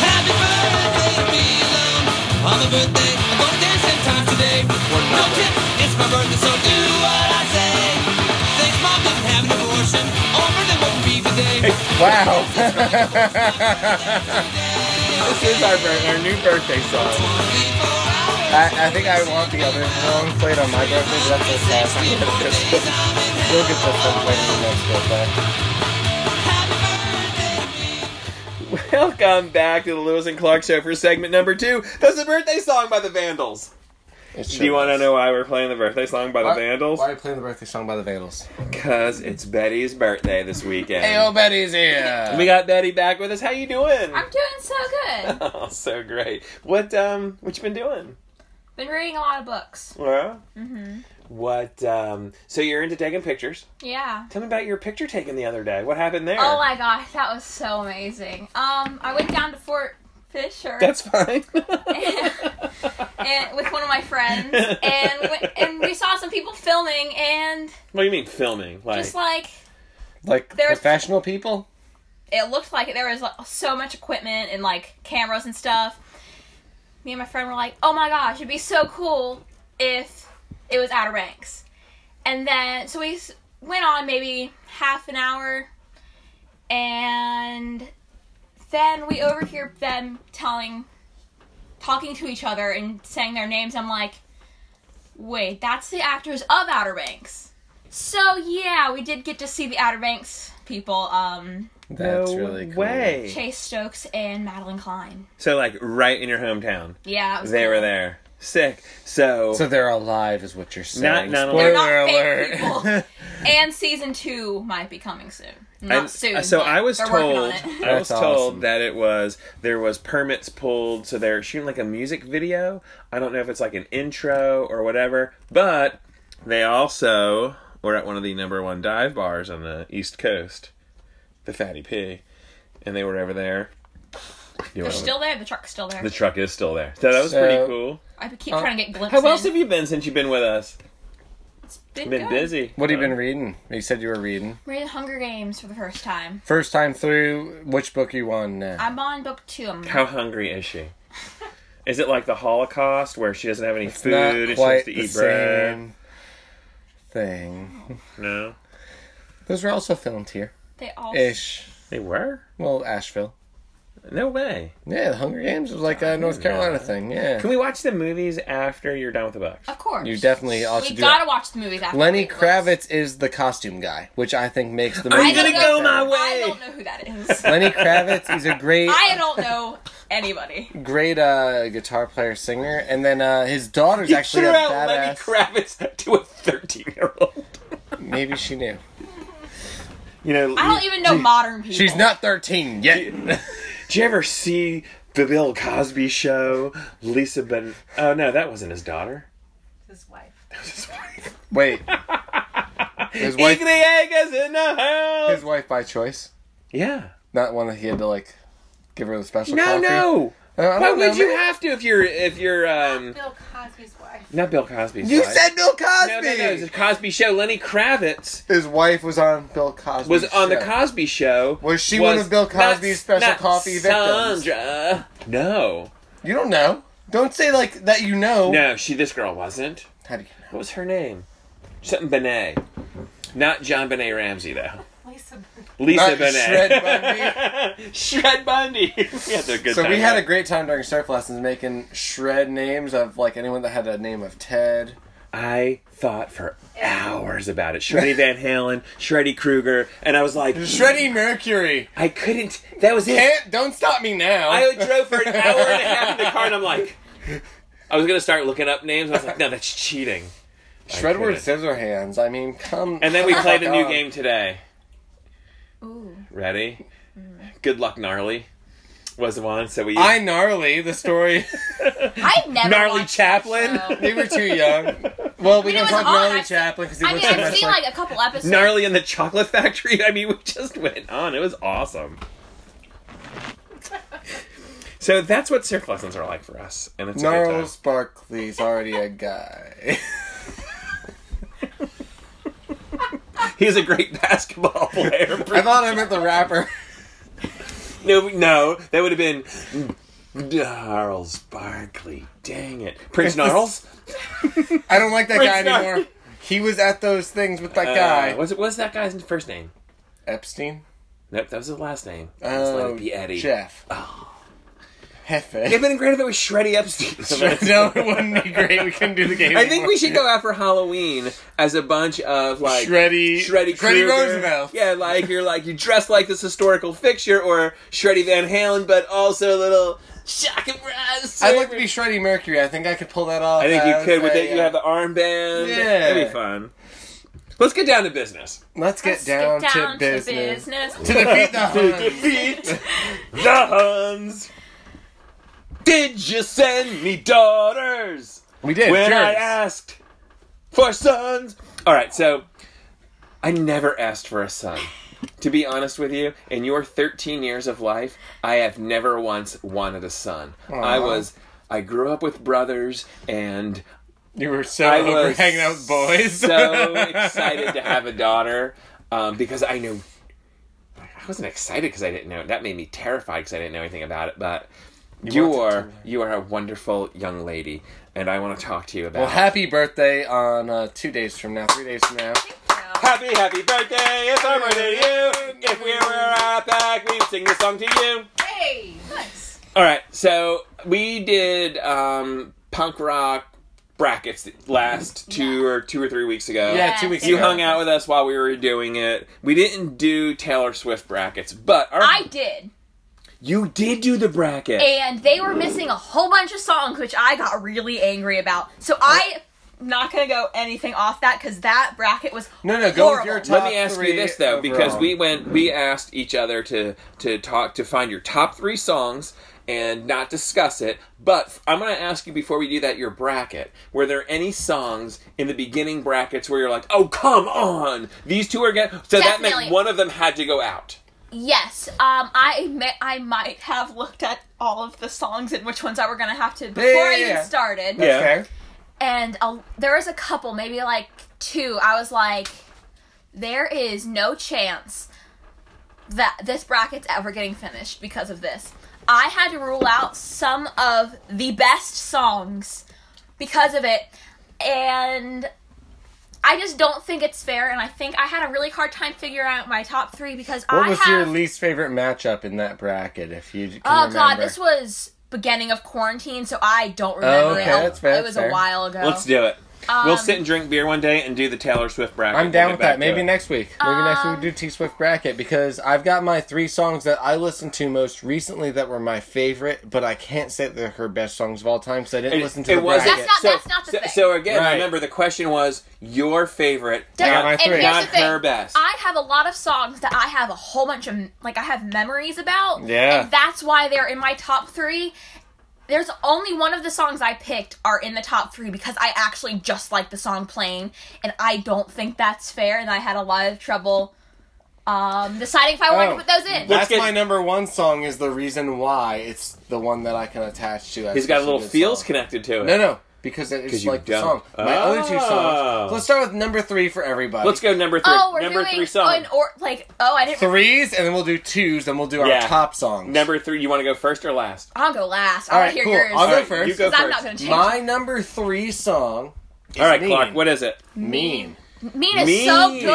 S3: Happy birthday to me alone. On my birthday, I'm gonna dance ten times today. No tip, it's my birthday, so do what I say. Thanks, mom, didn't have an abortion. Or birthday won't be today.
S1: Wow.
S3: Today.
S1: this is our, bir- our new birthday song.
S3: 24 hours.
S1: I, I think I want the other song played on my birthday, but that's what's happening.
S3: 364 days I'm in
S1: We'll get this one played on the next birthday.
S3: hell. Happy birthday to me.
S2: Welcome back to the Lewis and Clark Show for segment number two. That's the birthday song by the Vandals.
S1: It
S2: Do
S1: sure
S2: you want to
S1: is.
S2: know why we're playing the birthday song by the
S1: Why-
S2: Vandals?
S1: Why are you playing the birthday song by the Vandals?
S2: Because it's Betty's birthday this weekend.
S1: Hey, oh, old Betty's here.
S2: we got Betty back with us. How you doing?
S4: I'm doing so good.
S2: Oh, so great. What um, what you been doing?
S4: Been reading a lot of books.
S2: Laura? What um? So you're into taking pictures.
S4: Yeah.
S2: Tell me about your picture taken the other day. What happened there?
S4: Oh my gosh, that was so amazing. Um, I went down to Fort Fisher
S2: That's fine.
S4: and, with one of my friends, and we went, and we saw some people filming, and
S2: what do you mean filming? Like,
S4: just like
S1: Like
S4: There was-
S1: professional people?
S4: it looked like there was like, so much equipment and like cameras and stuff. Me and my friend were like, "Oh my gosh, it'd be so cool if it was Outer Banks." And then so we s- went on maybe half an hour, and then we overhear them telling, talking to each other and saying their names. I'm like, "Wait, that's the actors of Outer Banks." So yeah, we did get to see the Outer Banks people. Um,
S1: That's
S2: no
S1: really cool.
S2: way.
S4: Chase Stokes and Madeline Klein.
S2: So like right in your hometown.
S4: Yeah, it was
S2: They
S4: cool.
S2: were there. Sick. So,
S1: So they're alive, is what you're
S2: not
S1: saying.
S4: They're
S2: only-
S4: not
S1: Spoiler
S4: fake
S1: alert.
S4: people. and season two might be coming soon. Not
S2: I'm-
S4: soon.
S2: uh, so
S4: but
S2: I was
S4: they're working
S2: told
S4: on it.
S2: I was
S1: That's awesome.
S2: told that it was there was permits pulled so they're shooting like a music video. I don't know if it's like an intro or whatever, but they also were at one of the number 1 dive bars on the East Coast, the Fatty Pig, and they were over there. You
S4: They're
S2: know,
S4: still there. The truck's still there.
S2: the truck is still there. So that was
S1: So-
S2: pretty cool.
S4: I keep trying to get glimpses.
S2: Uh, How else have you been since you've been with us?
S4: It's been,
S2: Been
S4: good.
S2: busy.
S1: What have you been reading? You said you were reading.
S4: Reading Hunger Games for the first time.
S1: First time through, which book are you on now?
S4: I'm on book two. I'm
S2: How hungry is she? Is it like the Holocaust where she doesn't have any
S1: It's
S2: food
S1: not
S2: and she has to
S1: quite the
S2: eat bread?
S1: same thing.
S2: No.
S1: Those were also filmed here.
S4: they all
S1: Ish.
S2: They were?
S1: Well, Asheville.
S2: No way.
S1: Yeah, the Hunger Games was like a North Carolina thing. Yeah.
S2: Can we watch the movies after you're done with the books?
S4: Of course.
S1: You definitely ought to
S4: We
S1: do
S4: gotta
S1: that.
S4: watch the movies after.
S1: Lenny
S4: we-
S1: Kravitz is the costume guy, which I think makes the
S2: I'm
S1: movie.
S4: I don't
S2: gonna go
S4: know-
S2: my way.
S4: I don't know who that is.
S1: Lenny Kravitz is a great,
S4: I don't know anybody.
S1: great uh, guitar player singer, and then uh, his daughter's
S2: You
S1: actually
S2: threw
S1: a
S2: out Lenny
S1: badass.
S2: Kravitz to a 13 year old.
S1: Maybe she knew.
S2: You know,
S4: I don't even know modern people.
S1: She's not thirteen yet.
S2: Did you ever see the Bill Cosby show? Lisa Ben. Oh no, that wasn't his daughter.
S5: His wife.
S2: That was his wife.
S1: Wait. His
S2: Egg
S1: wife,
S2: the egg is in the house.
S1: his wife by choice.
S2: yeah.
S1: Not one that he had to like give her the special.
S2: No,
S1: coffee.
S2: no.
S1: Uh, I
S2: Why
S1: don't know,
S2: would you
S1: man.
S2: have to if you're if you're um
S5: Bill Cosby's wife.
S2: not Bill Cosby's
S1: You
S2: wife.
S1: said Bill Cosby.
S2: no, no, no. It's a Cosby show. Lenny Kravitz
S1: His wife was on Bill Cosby.
S2: was on the
S1: show.
S2: Cosby Show.
S1: Was she one of Bill
S2: not-
S1: Cosby's special
S2: not
S1: coffee victims?
S2: Sandra. No,
S1: You don't know. Don't say like that. You know.
S2: no, she. This girl wasn't.
S1: How do you
S2: What was her name? Something Benet. Not John Benet Ramsey though.
S5: Lisa.
S2: Lisa
S1: Not
S2: Benet. Bundy. Shred
S1: Shred
S2: Bundy. we had a good
S1: know? So
S2: time
S1: we had a
S2: with
S1: great time during surf lessons making shred names of like anyone that had a name of Ted.
S2: that. I thought for hours about it. Shreddy Van Halen, Shreddy Krueger, and I was like,
S1: Shreddy Mercury.
S2: I couldn't. That was it.
S1: Can't. Don't stop me now.
S2: I drove for an hour and a half in the car, and I'm like, I was gonna start looking up names. and I was like, no, that's cheating.
S1: Shredward
S2: couldn't.
S1: Scissorhands. I mean, come.
S2: And then we
S1: come
S2: played a new
S1: on.
S2: game today.
S4: Ooh.
S2: Ready? Good luck, gnarly. Was the one. So we
S1: I gnarly the story.
S4: I've never
S2: gnarly
S4: watched
S2: chaplain.
S4: that show.
S1: we were too young. Well, we
S4: mean, it
S1: don't
S4: was
S1: talk
S4: on.
S1: gnarly
S4: I've-
S1: Chaplin because he
S4: I mean,
S1: looks so
S4: I've
S1: much
S4: seen
S1: like.
S4: like a couple episodes.
S2: gnarly in the chocolate factory. I mean, we just went on. It was awesome. So that's what surf lessons are like for us, and it's a good
S1: Gnarl
S2: time.
S1: Sparkly's already a guy.
S2: He's a great basketball player.
S1: I thought I meant the rapper.
S2: No, no, that would have been Gnarls Barkley. Dang it, Prince Gnarls.
S1: I don't like that
S2: Prince
S1: guy
S2: Nar-
S1: anymore. He was at those things with that
S2: Uh,
S1: guy.
S2: was it? Was that guy's first name?
S1: Epstein?
S2: Nope, that was his last name. Just let
S1: Oh,
S2: it be Eddie. Oh.
S1: Jeff.
S2: It'd
S1: Hefe.
S2: been great if it was Shreddy Epstein.
S1: no, it wouldn't be great. We couldn't do the game.
S2: I think we
S1: anymore.
S2: should go out for Halloween as a bunch of like
S1: Shreddy,
S2: Shreddy,
S1: Shreddy
S2: Krueger.
S1: Roosevelt.
S2: Yeah, like you're like you dress like this historical fixture or Shreddy Van Halen, but also a little shock and brass.
S1: I'd like to be Shreddy Mercury. I think I could pull that off.
S2: I think you
S1: as
S2: could with
S1: a,
S2: it. You
S1: uh,
S2: have the armband.
S1: Yeah.
S2: that'd be fun. Let's get down to business.
S1: Let's get
S4: Let's
S1: down,
S4: get down
S1: to business.
S4: business.
S1: To defeat the Huns.
S2: Defeat the Huns. Did you send me daughters
S1: We did.
S2: when I
S1: jerks.
S2: asked for sons? All right, so I never asked for a son. To be honest with you, in your 13 years of life, I have never once wanted a son. I
S1: Aw.
S2: was, I grew up with brothers, and
S1: You were so
S2: I
S1: over
S2: was
S1: hanging out with boys.
S2: so excited to have a daughter um, because I knew I wasn't excited because I didn't know. That made me terrified because I didn't know anything about it. But you,
S1: wanted
S2: are you are a wonderful young lady, and I want to talk to you about.
S1: Well, happy birthday on uh, two days from now, three days from now.
S2: happy happy birthday! It's our birthday to you. If we were out back, we'd sing this song to you.
S5: Hey!
S4: Nice.
S2: All right, so we did um, punk rock brackets last two or two or three weeks ago.
S1: Yeah,
S4: Yes,
S1: two weeks
S2: You
S1: ago.
S2: hung out with us while we were doing it. We didn't do Taylor Swift brackets, but our,
S4: I did,
S2: you did do the bracket.
S4: and they were missing a whole bunch of songs, which I got really angry about. So I. Not gonna go anything off that because that bracket was
S1: No, no, go with
S4: horrible.
S1: your top
S2: Let me ask
S1: three
S2: you this though, because
S1: overall.
S2: we went, we asked each other to to talk to find your top three songs and not discuss it. But I'm going to ask you before we do that, your bracket. Were there any songs in the beginning brackets where you're like, oh come on, these two are getting? So that meant
S4: Definitely.
S2: one of them had to go out.
S4: Yes, um, I admit I might have looked at all of the songs and which ones I were gonna have to before
S1: yeah,
S4: I
S1: yeah,
S4: even
S1: yeah.
S4: started.
S2: Yeah.
S1: Okay.
S4: And a, there was a couple, maybe like two. I was like, there is no chance that this bracket's ever getting finished because of this. I had to rule out some of the best songs because of it, and I just don't think it's fair. And I think I had a really hard time figuring out my top three because
S1: What
S4: I
S1: was
S4: have.
S1: your least favorite matchup in that bracket, if you can
S4: Oh god,
S1: remember?
S4: this was beginning of quarantine, so I don't remember
S1: Oh, okay,
S4: it.
S1: that's fair,
S4: it was
S1: fair.
S4: a while ago.
S2: Let's do it.
S4: Um,
S2: we'll sit and drink beer one day and do the Taylor Swift bracket.
S1: I'm
S2: We'll
S1: down
S2: get
S1: with
S2: back
S1: that.
S2: to
S1: Maybe
S2: it.
S1: next week. Maybe next
S4: Um,
S1: week we do T Swift bracket because I've got my three songs that I listened to most recently that were my favorite, but I can't say that they're her best songs of all time because I didn't
S2: It-
S1: listen to
S2: it
S1: the
S2: wasn't-
S1: bracket.
S4: That's not- that's not the
S2: so,
S4: thing.
S2: so again,
S1: Right.
S2: remember the question was your favorite,
S4: Does-
S1: Yeah,
S2: not,
S1: my
S4: and
S1: three.
S4: here's
S2: not
S4: the thing.
S2: her best.
S4: I have a lot of songs that I have a whole bunch of like I have memories about.
S1: Yeah.
S4: And that's why they're in my top three. There's only one of the songs I picked are in the top three because I actually just like the song playing, and I don't think that's fair. And I had a lot of trouble um, deciding if I
S1: Oh.
S4: wanted to put those in.
S1: That's
S2: get-
S1: my number one song. Is the reason why it's the one that I can attach to. as
S2: He's got a
S1: such
S2: little
S1: good
S2: feels
S1: song.
S2: connected to it.
S1: No, no, because
S2: Because
S1: it's
S2: you
S1: like the
S2: don't.
S1: song. My other two
S2: Oh.
S1: songs. So let's start with number three for everybody.
S2: Let's go number three.
S4: Oh, we're
S2: number
S4: doing
S2: three song.
S4: Oh, an or like oh I didn't.
S1: threes, and then we'll do twos, and we'll do our
S2: Yeah.
S1: top songs.
S2: Number three. You want to go first or last?
S4: I'll go last. I
S1: All right,
S4: want to hear
S1: cool.
S4: yours.
S1: I'll go
S2: Alright,
S1: first.
S2: you go
S4: 'Cause I'm not
S2: first.
S4: gonna change.
S1: My number three song. Is
S2: All right,
S1: mean.
S2: Clark. What is it?
S1: Mean.
S4: Mean is so
S2: Mean.
S4: good.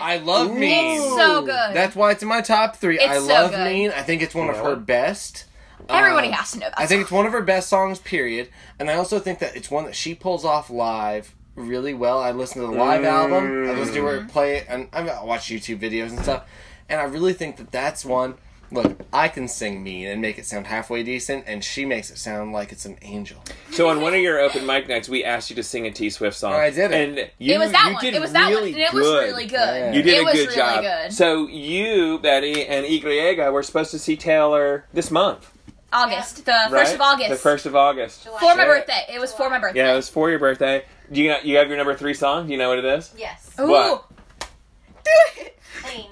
S1: I love
S2: Ooh.
S1: Mean.
S4: it's so good.
S1: That's why it's in my top three.
S4: It's
S1: I
S4: so
S1: love
S4: good.
S1: Mean. I think it's one of
S2: Yeah.
S1: her best.
S4: Everybody
S1: Uh,
S4: has to know that.
S1: I think it's
S4: song.
S1: one of her best songs, period. And I also think that it's one that she pulls off live really well. I listened to the live album. I listened to her play it, and I've watched YouTube videos and stuff. And I really think that that's one. Look, I can sing mean and make it sound halfway decent, and she makes it sound like it's an angel.
S2: So on one of your open mic nights, we asked you to sing a T Swift song.
S1: I did it.
S2: And you,
S4: it was that
S2: you
S4: one.
S2: did
S4: It was that
S2: really
S4: one. And it was really good.
S1: Yeah.
S2: You did
S4: it
S2: a
S4: was
S2: good
S4: really
S2: job.
S4: good.
S2: So you, Betty, and Igriega were supposed to see Taylor this month,
S4: August, the
S2: right?
S4: first of August.
S2: The first of August.
S5: July.
S4: for my
S2: Shit.
S4: birthday. It was for my birthday.
S2: Yeah, it was for your birthday. Do you you have your number three song? Do you know what it is?
S5: Yes.
S4: Ooh.
S2: What?
S4: Do it.
S5: Clean.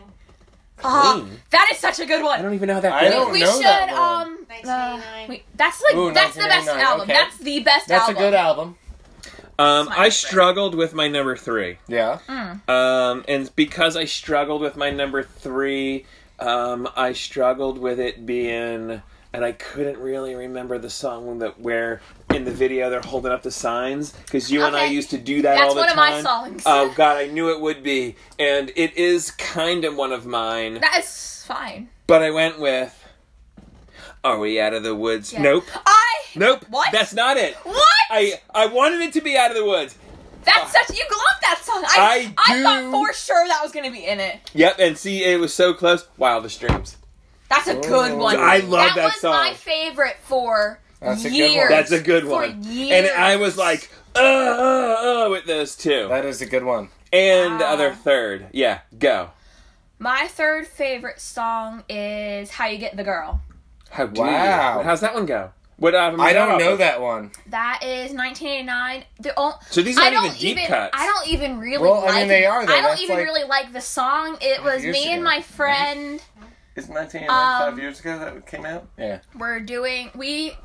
S4: Ah,
S2: Clean.
S4: that is such a good
S2: I
S4: one.
S2: don't even know how that
S1: I
S2: goes.
S1: don't
S4: we
S1: know
S4: should
S1: that one.
S4: um uh,
S5: 1989.
S4: we, that's like
S1: Ooh,
S4: that's the best
S1: 1989,
S4: album.
S1: okay.
S4: That's the best
S1: That's
S4: album.
S1: a good album.
S2: Um,
S4: That's my
S2: I
S4: favorite.
S2: struggled with my number three.
S1: Yeah.
S2: Um, and because I struggled with my number three, um, I struggled with it being, and I couldn't really remember the song that where in the video they're holding up the signs because you and I
S4: Okay.
S2: used to do that
S4: That's
S2: all the
S4: one of
S2: time.
S4: my songs.
S2: Oh God, I knew it would be, and it is kind of one of mine.
S4: That is fine.
S2: But I went with. Are we out of the woods?
S4: Yeah.
S2: Nope.
S4: I
S2: Nope.
S4: What?
S2: That's not it.
S4: what?
S2: I I wanted it to be out of the woods.
S4: that's such you love that song. I
S2: I do-
S4: thought for sure that was gonna be in it.
S2: Yep, and see, it was so close. Wildest dreams.
S4: That's a good
S1: Oh.
S4: one.
S2: I love that
S4: was my
S2: song.
S4: favorite for
S1: That's a good one.
S4: years.
S2: That's a good
S4: For
S2: one.
S4: years.
S2: And I was like, uh, uh, uh, with those two.
S1: That is a good one.
S2: and the
S4: Wow.
S2: other third. Yeah, go.
S4: My third favorite song is How You Get the Girl.
S2: How do
S1: Wow.
S2: you? How's that one go? What album is
S1: I
S2: off
S1: don't know
S2: of?
S1: that one.
S4: That is 1989. The only,
S2: So these
S4: I
S2: aren't
S4: don't
S2: even deep
S4: even,
S2: cuts.
S4: I don't even really
S1: Well, I
S4: like
S1: mean, they are, though.
S4: I don't
S1: That's
S4: even
S1: like-
S4: really like the song. It was
S1: Years
S4: me and
S1: ago.
S4: my friend
S1: Is 1995
S4: Um,
S1: years ago that came out? Yeah.
S4: were doing we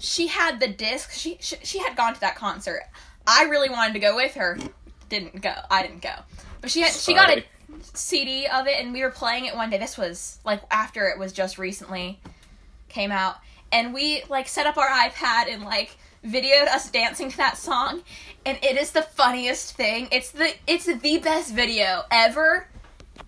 S4: she had the disc. She, she she had gone to that concert. I really wanted to go with her. Didn't go. I didn't go. But she had, she got a
S2: Sorry.
S4: CD of it and we were playing it one day. This was like after it was just recently came out and we like set up our iPad and like videoed us dancing to that song and it is the funniest thing. It's the it's the best video ever.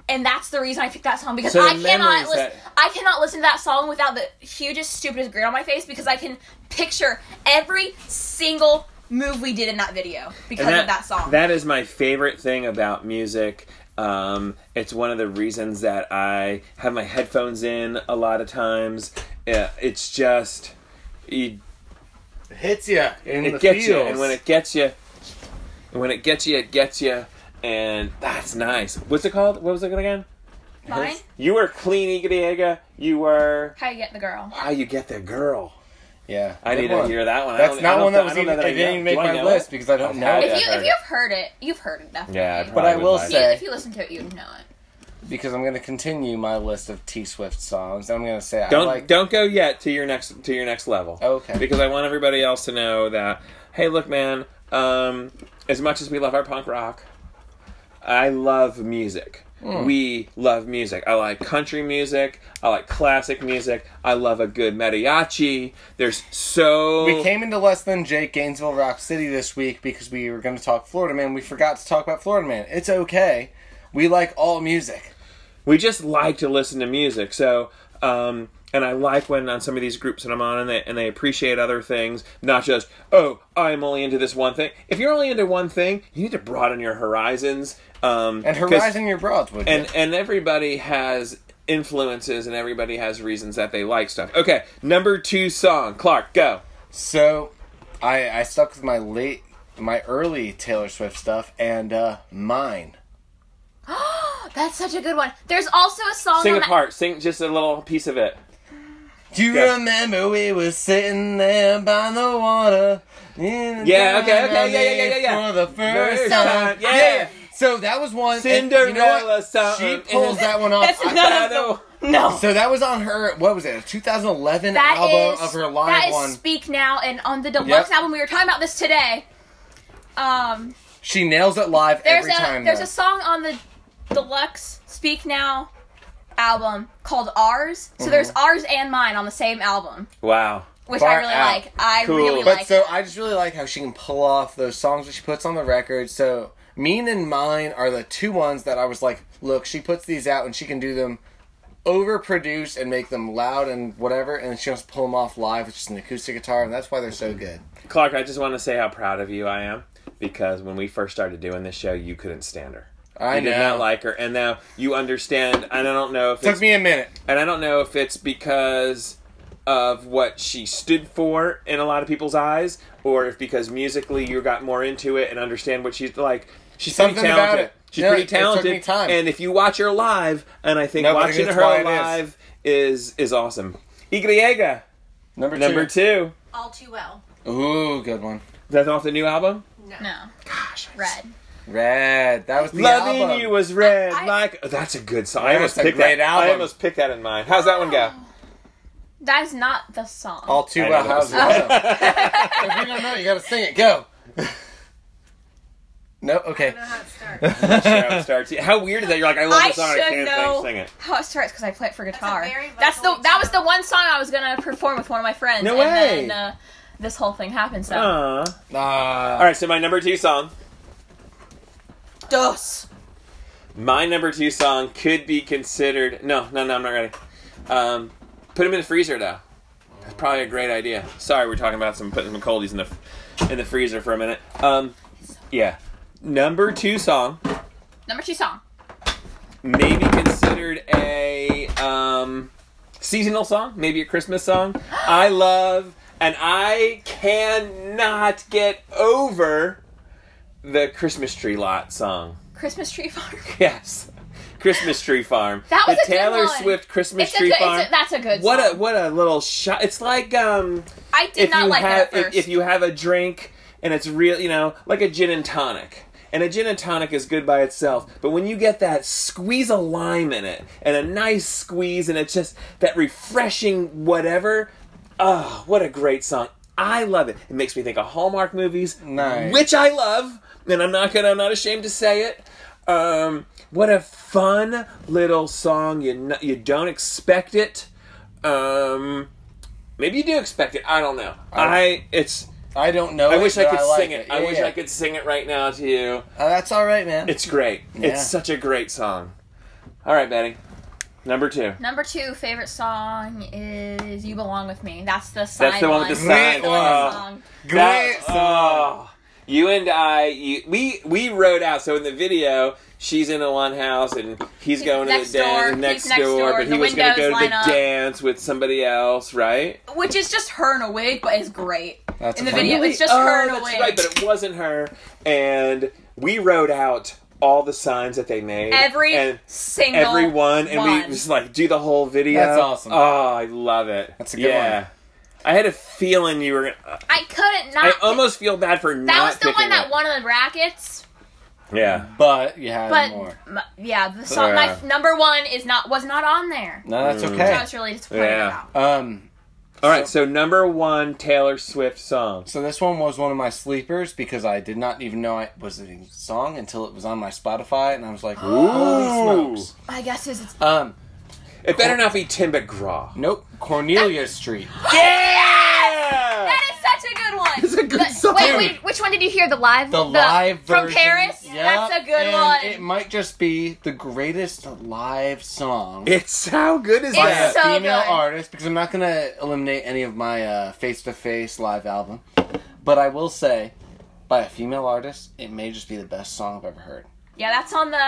S4: And that's the reason I picked that song because
S2: So the
S4: I cannot
S2: memories
S4: listen
S2: that-
S4: I cannot listen to that song without the hugest stupidest grin on my face because I can picture every single move we did in that video because
S2: And
S4: of that song.
S2: That is my favorite thing about music. Um, it's one of the reasons that I have my headphones in a lot of times. Yeah, It's just you,
S1: Hits you in the
S2: it gets you,
S1: feels.
S2: and when it gets you, and when it gets you, it gets you, and that's nice. What's it called? What was it again?
S4: Mine?
S2: You were clean, Igadiega. You were
S4: How you get the girl.
S2: how you get the girl.
S1: yeah.
S2: I
S1: good
S2: need
S1: one.
S2: to hear that one. I
S1: That's
S2: don't- I
S1: not
S2: don't
S1: one
S2: th-
S1: that was
S2: I don't know
S1: even.
S2: I
S1: It
S2: know.
S1: didn't even
S2: Do
S1: make
S2: I
S1: my
S2: know
S1: list
S2: it?
S1: because I don't
S2: I've
S1: know
S2: had
S1: it.
S2: it.
S4: If you
S2: heard
S4: if you've heard it, you've heard it definitely.
S2: Yeah, I
S4: If
S1: But I
S2: probably
S1: will
S2: would like
S4: you-
S2: it.
S1: say-
S4: if you listen to it, you know it.
S1: because I'm going to continue my list of T Swift songs. I'm going to say I
S2: Don't
S1: like.
S2: don't go yet to your next to your next level.
S1: Okay.
S2: Because I want everybody else to know that hey, look, man. Um, as much as we love our punk rock, I love music.
S1: Hmm.
S2: We love music. I like country music. I like classic music. I love a good mariachi. There's so
S1: we came into less than Jake Gainesville Rock City this week because we were going to talk Florida Man. We forgot to talk about Florida Man. It's okay. We like all music.
S2: we just like to listen to music. So um, And I like when on some of these groups that I'm on, and they and they appreciate other things, not just oh, I'm only into this one thing. If you're only into one thing, you need to broaden your horizons. Um,
S1: And
S2: 'cause-
S1: Horizon Your Broads would.
S2: and
S1: you?
S2: and everybody has influences, and everybody has reasons that they like stuff. Okay, number two song, Clark, go.
S1: So, I I stuck with my late, my early Taylor Swift stuff, and uh mine.
S4: That's such a good one. There's also a song
S2: Sing
S4: on
S2: a
S4: that-
S2: part, sing just a little piece of it.
S1: Do you
S2: Yeah.
S1: remember we were sitting there by the water? in the
S2: Yeah, okay, okay, yeah, yeah, yeah, yeah, yeah.
S1: For the first
S2: First time,
S1: time.
S2: yeah.
S1: So that was one. and you know what?
S2: Cinderella song.
S1: She pulls that one off.
S4: That's
S1: I-
S4: another-
S2: Shadow.
S4: No.
S1: so that was on her, what was it, a 2011
S4: That
S1: album
S4: is-
S1: of her live
S4: that is
S1: one.
S4: Speak Now, and on the deluxe
S1: Yep.
S4: album, we were talking about this today. Um,
S1: She nails it live
S4: there's
S1: every
S4: a
S1: time.
S4: there's
S1: though.
S4: a song on the deluxe Speak Now album called Ours. So there's
S2: Mm-hmm.
S4: Ours and Mine on the same album,
S2: Wow.
S4: which I
S1: Far
S4: really
S1: out.
S4: like. I
S2: Cool.
S4: really
S1: But
S4: like.
S1: so I just really like how she can pull off those songs that she puts on the record. So Mean and Mine are the two ones that I was like, look, she puts these out and she can do them overproduced and make them loud and whatever, and she wants to pull them off live with just an acoustic guitar, and that's why they're
S2: Mm-hmm.
S1: so good.
S2: Clark, I just want to say how proud of you I am because when we first started doing this show, you couldn't stand her.
S1: I
S2: You
S1: know.
S2: did not like her, and now you understand. And I don't know if
S1: Took
S2: it's,
S1: me a minute.
S2: and I don't know if it's because of what she stood for in a lot of people's eyes, or if because musically you got more into it and understand what she's like. She's
S1: Something
S2: pretty
S1: about
S2: talented.
S1: it.
S2: She's
S1: Yeah,
S2: pretty
S1: it took me
S2: talented.
S1: time.
S2: And if you watch her live, and I think
S1: Nobody
S2: watching
S1: gets
S2: her
S1: why it is.
S2: live is is awesome. Igriega,
S1: Number two.
S2: number two.
S5: All too well.
S1: Ooh, good one.
S2: That's off the new album.
S5: No.
S4: no. Gosh. Red.
S1: Red. That was the
S2: Loving
S1: album.
S2: you was red
S4: I-
S2: like oh, that's a good song. I
S1: That's
S2: almost
S1: a
S2: picked
S1: great
S2: that. I
S1: album.
S2: almost picked that in mind. How's that one go?
S4: Oh. That is not the song.
S1: All too
S2: I know
S1: well.
S2: that
S1: How's
S2: was-
S1: that? if you don't know, you gotta sing it. Go. no.
S5: I
S1: Okay.
S5: don't know how it starts.
S2: How it starts. How weird is that? You're like, I love
S4: I
S2: this song. I
S4: should
S2: can't
S4: know.
S2: sing, sing it.
S4: How it starts because I play it for guitar. That's,
S5: very
S4: the
S5: vocally
S4: that was the
S5: challenged.
S4: one song I was gonna perform with one of my friends.
S2: No
S4: and
S2: way.
S4: Then, uh, this whole thing happened. So
S2: Aw.
S1: Ah.
S2: All right, so my number two song,
S4: dos.
S2: my number two song could be considered. No, no, no, I'm not ready. Um, put them in the freezer though. That's probably a great idea. Sorry, we're talking about some putting some coldies in the in the freezer for a minute. Um, yeah, number two song.
S4: Number two song.
S2: maybe considered a um, seasonal song, maybe a Christmas song. I love, and I cannot get over the Christmas Tree Lot song.
S4: Christmas Tree Farm.
S2: Yes, Christmas Tree Farm.
S4: That was
S2: the
S4: a good
S2: Taylor
S4: one.
S2: Swift Christmas
S4: It's a
S2: Tree
S4: good- it's
S2: Farm.
S4: a- that's a good
S2: What a
S4: song.
S2: what a little shot. It's like um,
S4: I did
S2: if
S4: not
S2: you
S4: like
S2: have
S4: that at first.
S2: if you have a drink and it's real, you know, like a gin and tonic. And a gin and tonic is good by itself, but when you get that squeeze a lime in it and a nice squeeze and it's just that refreshing whatever, oh, what a great song. I love it. It makes me think of Hallmark movies,
S1: Nice.
S2: which I love, and I'm not going to I'm not ashamed to say it. Um, what a fun little song. You n- you don't expect it. Um, maybe you do expect it. I don't know. I it's.
S1: I don't know.
S2: I
S1: it,
S2: wish I
S1: but
S2: could
S1: like
S2: sing it. I
S1: Oh, Yeah,
S2: wish
S1: yeah.
S2: I could sing it right now to you.
S1: Oh, that's all right, man.
S2: It's great.
S1: Yeah.
S2: It's such a great song. All right, Betty. Number two.
S4: Number two favorite song is "You Belong with Me." That's the sign.
S2: That's the one with the
S1: Great
S2: sign.
S4: That's the
S1: one.
S4: song.
S1: great.
S2: That- oh. you and I, you, we we rode out. So in the video, she's in the one house and he's, going to
S4: next
S2: the dance
S4: door.
S2: and next,
S4: He's next
S2: door,
S4: door.
S2: but he
S4: The
S2: was going to go
S4: windows
S2: to
S4: line
S2: the
S4: up.
S2: dance with somebody else, right?
S4: Which is just her in a wig, but is great.
S1: That's
S4: in the
S1: fun.
S4: video, it's just
S2: oh,
S4: her in a
S2: that's
S4: wig.
S2: right, but it wasn't her. And we wrote out all the signs that they made.
S4: Every
S2: and
S4: single
S2: everyone, and we
S4: one.
S2: just like do the whole video.
S1: That's awesome.
S2: Oh, I love it.
S1: That's a good
S2: yeah.
S1: one.
S2: I had a feeling you were. gonna
S4: I couldn't not.
S2: I almost feel bad for not.
S4: Uh, that was the one
S2: picking
S4: that
S2: it.
S4: won the brackets.
S2: Yeah.
S1: But you had
S4: But
S1: more.
S4: m- yeah, the song my f- number one is not was not on there.
S1: No, that's
S4: Which I
S1: okay.
S4: was really disappointed
S2: Yeah.
S4: about.
S1: Um,
S2: All right, so number one Taylor Swift song.
S1: so this one was one of my sleepers because I did not even know it was a song until it was on my Spotify, and I was like, "Holy
S2: Ooh.
S1: smokes!"
S4: I guess is it's
S1: Um,
S2: It better not be Tim McGraw.
S1: nope, Cornelia Street.
S2: Yeah!
S4: that is such a good one.
S2: It's a good
S4: The-
S1: something.
S4: Wait, wait, which one did you hear? The live,
S1: the, live
S4: from
S1: version.
S4: Paris.
S1: Yep,
S4: That's a good
S1: and
S4: one.
S1: It might just be the greatest live song
S2: It's how good is
S4: It's
S1: by
S2: that?
S1: a
S4: so
S1: female
S4: good.
S1: artist because I'm not gonna eliminate any of my face to face live album, but I will say, by a female artist, it may just be the best song I've ever heard.
S4: yeah, that's on the.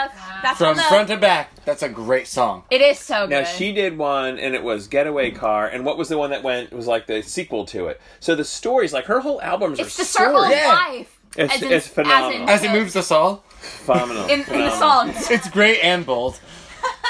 S4: That's on
S1: From
S4: the.
S1: front to back, that's a great song.
S4: it is so
S2: Now
S4: good.
S2: she did one, and it was Getaway Car, and what was the one that went? It was like the sequel to it. So the stories, like her whole albums,
S4: it's
S2: are
S4: the circle of
S1: story. Yeah.
S4: life.
S2: It's,
S4: as in-
S2: it's phenomenal,
S4: as
S1: As it moves us all,
S2: phenomenal.
S4: in, in the
S2: phenomenal.
S4: songs.
S1: it's great and bold.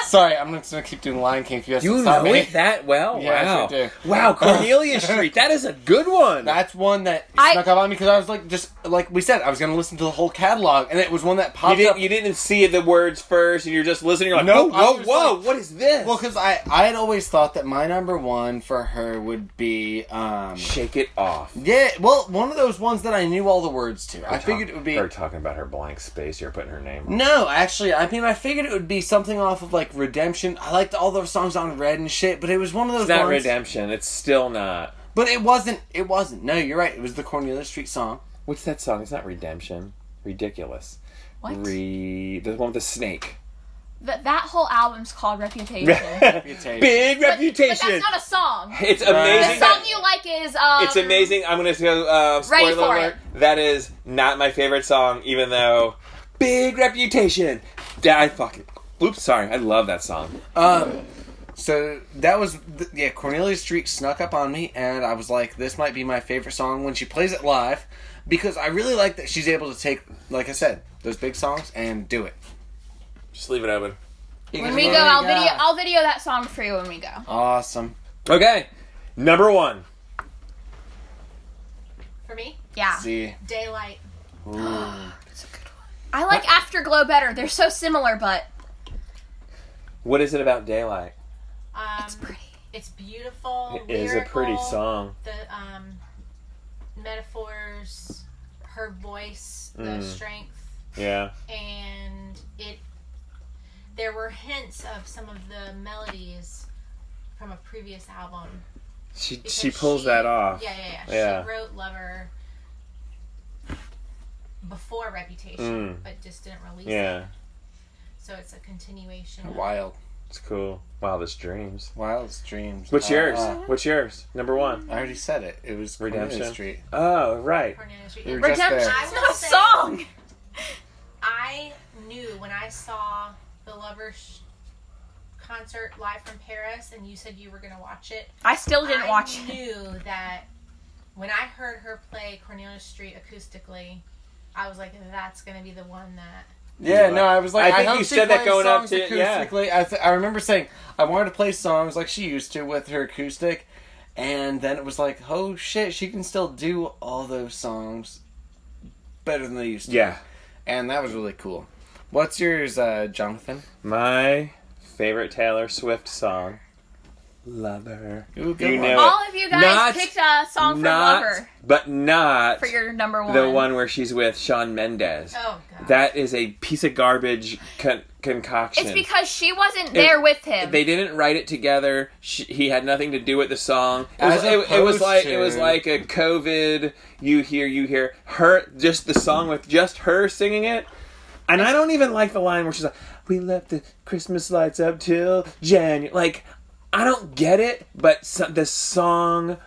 S1: Sorry, I'm just gonna keep doing Lion King if you guys don't stop me.
S2: that well?
S1: Yes, I do.
S2: Wow, Cornelia Street. That is a good one.
S1: That's one that
S4: I-
S1: snuck up on me because I was like, just like we said, I was gonna listen to the whole catalog, and it was one that
S2: you
S1: popped up.
S2: didn't, you didn't see the words first, and you're just listening. You're like,
S1: Nope, I
S2: whoa,
S1: was
S2: whoa, whoa,
S1: like-
S2: what is this?
S1: Well, because I I had always thought that my number one for her would be um
S2: Shake it off.
S1: yeah well one of those ones that I knew all the words to. I
S2: Talk-
S1: figured it would be
S2: Her talking about her blank space. You're putting her name. on.
S1: no, actually, I mean I figured it would be something off of like Redemption. I liked all those songs on Red and shit, but it was one of those
S2: It's not
S1: ones.
S2: redemption. It's still not.
S1: But it wasn't. It wasn't. No, you're right. It was the Cornelia Street song.
S2: What's that song? It's not redemption. Ridiculous.
S4: What?
S2: Re the one with the snake.
S4: Th- that whole album's called Reputation. But-
S1: Reputation.
S2: Big
S4: But,
S2: reputation.
S4: that's not a song.
S2: it's
S4: The
S2: amazing.
S4: song you like is. Um,
S2: It's amazing. I'm gonna go. Uh, spoiler
S4: Ready for
S2: alert. That is not my favorite song, even though big reputation. Yeah, I fucking. Oops, sorry. I love that song.
S1: Um, so that was th- yeah. Cornelia Street snuck up on me, and I was like, "This might be my favorite song when she plays it live," because I really like that she's able to take, like I said, those big songs and do it.
S2: Just leave it open.
S4: When we go, I'll video. I'll video that song for you when we go.
S1: Awesome.
S2: Okay, number one.
S5: For me,
S4: Yeah.
S1: See,
S5: daylight.
S4: I like Afterglow better. They're so similar, but
S2: What is it about daylight?
S5: Um,
S4: it's pretty.
S5: it's beautiful.
S2: It is a pretty
S5: lyrical,
S2: song.
S5: The um, metaphors, her voice, the
S2: Mm.
S5: strength,
S2: Yeah.
S5: and it. There were hints of some of the melodies from a previous album.
S2: She
S5: because
S2: she pulls that off.
S5: Yeah, yeah, yeah.
S2: Yeah.
S5: She wrote Lover before Reputation,
S2: Mm.
S5: but just didn't release it.
S2: Yeah,
S5: So it's a continuation. of-
S1: wild,
S2: it's cool. Wildest dreams. Uh-huh.
S1: wildest dreams.
S2: What's
S1: Uh,
S2: yours?
S1: uh,
S2: What's yours? Number one.
S1: I already said it. It was Cornelia
S2: Redemption.
S1: Street.
S2: Oh, right.
S5: Cornelia Street.
S1: We were
S5: And
S1: just
S4: Redemption.
S1: there.
S5: I
S4: It's
S5: will
S4: not a
S5: say-
S4: song.
S5: I knew when I saw the Lover sh- concert live from Paris, and you said you were going to watch it.
S4: I still didn't
S5: I
S4: watch it.
S5: knew that when I heard her play Cornelia Street acoustically, I was like, that's going to be the one that.
S1: Yeah, no, I was
S2: I
S1: like, I,
S2: think
S1: hope
S2: you
S1: she
S2: said that
S1: plays
S2: going up
S1: songs
S2: to- yeah.
S1: acoustically. I, th- I remember saying I wanted to play songs like she used to with her acoustic, and then it was like, oh shit, she can still do all those songs better than they used to.
S2: Yeah.
S1: and that was really cool. What's yours, uh, Jonathan?
S2: My favorite Taylor Swift song. Lover.
S1: Ooh, good
S2: You
S1: one.
S2: know it.
S4: All of you guys
S2: Not-
S4: picked a song from
S2: not,
S4: Lover
S2: But not
S4: for your number one.
S2: the one where she's with Sean Mendez.
S5: Oh, God.
S2: That is a piece of garbage con- concoction.
S4: It's because she wasn't there with him.
S2: they didn't write it together. She, he had nothing to do with the song. It was,
S1: As
S2: it, it was
S1: opposed
S2: like it was
S1: to-
S2: like a COVID. You hear, you hear her. Just the song with just her singing it. And I don't even like the line where she's like, "We left the Christmas lights up till January." Like, I don't get it, but so, the song,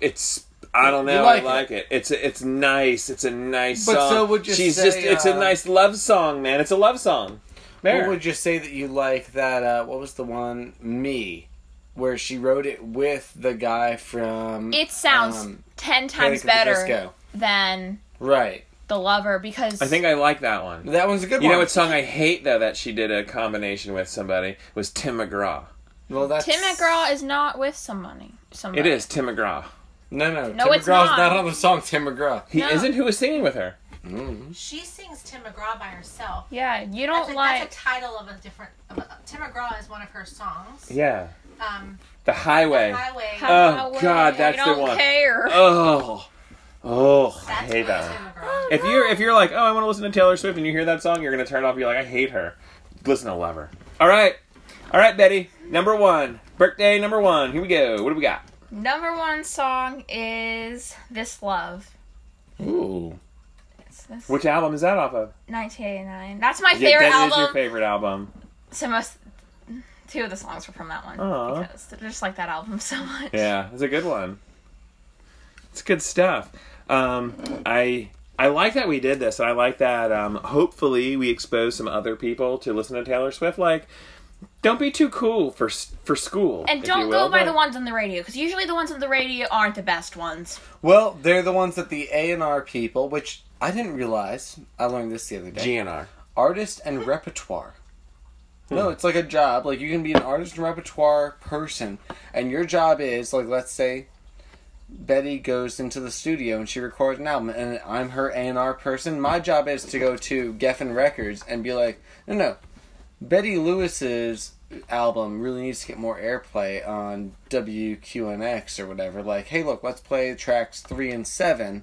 S2: it's. I don't
S1: You
S2: know.
S1: like
S2: I like it. It's it's nice. It's a nice
S1: But
S2: song.
S1: so would you
S2: She's
S1: say,
S2: just. It's a
S1: uh,
S2: nice love song, man. It's a love song. There.
S1: What would you say that you like that? Uh, what was the one? Me, where she wrote it with the guy from.
S4: it sounds
S1: um,
S4: ten
S1: Panic at
S4: times
S1: the
S4: better
S1: Disco.
S4: than
S1: Right.
S4: the Lover because
S2: I think I like that one.
S1: That one's a good
S2: You
S1: one.
S2: know what song I hate though that she did a combination with somebody was Tim McGraw.
S1: well, that's
S4: Tim McGraw is not with somebody.
S2: It
S4: Somebody.
S2: is Tim McGraw.
S1: No, no,
S4: No,
S1: Tim
S4: it's
S1: McGraw's
S4: not.
S1: on the song. Tim McGraw.
S2: He
S4: No.
S2: isn't who was singing with her.
S5: She sings Tim McGraw by herself.
S4: Yeah, you
S5: That's
S4: don't
S5: a,
S4: like.
S5: that's a title of a different. Of a, Tim McGraw is one of her songs.
S2: Yeah.
S5: Um,
S2: The Highway.
S5: Highway.
S2: Oh, God, that's
S4: you
S2: the
S4: don't
S2: one.
S4: Care.
S2: Oh. Oh, I
S5: that's
S2: hate
S5: by
S2: that one.
S5: Tim McGraw.
S2: If you're if you're like, "Oh, I want to listen to Taylor Swift," and you hear that song, you're going to turn it off and be like, "I hate her." Listen to Lover. All right. All right, Betty. Number 1. Birthday number 1. Here we go. What do we got?
S4: Number one song is This Love
S1: Ooh.
S4: It's this
S2: Which album is that off of?
S4: 1989. That's my
S2: Yeah,
S4: favorite
S2: that is
S4: album.
S2: your favorite album.
S4: So most two of the songs were from that one
S2: Aw.
S4: because I just like that album so much.
S2: Yeah, it's a good one. It's good stuff. Um, I I like that we did this, and I like that. Um, hopefully, we expose some other people to listen to Taylor Swift. Like, don't be too cool for s- for school,
S4: And
S2: if
S4: don't
S2: you
S4: go
S2: will,
S4: by
S2: but-
S4: the ones on the radio because usually the ones on the radio aren't the best ones.
S1: Well, they're the ones that the A and R people, which I didn't realize. I learned this the other day.
S2: GNR.
S1: artist and repertoire. No, it's like a job. Like you can be an artist and repertoire person, and your job is like let's say Betty goes into the studio and she records an album, and I'm her A and R person. My job is to go to Geffen Records and be like, no, no, Betty Lewis's album really needs to get more airplay on WQNX or whatever. Like, hey, look, let's play tracks three and seven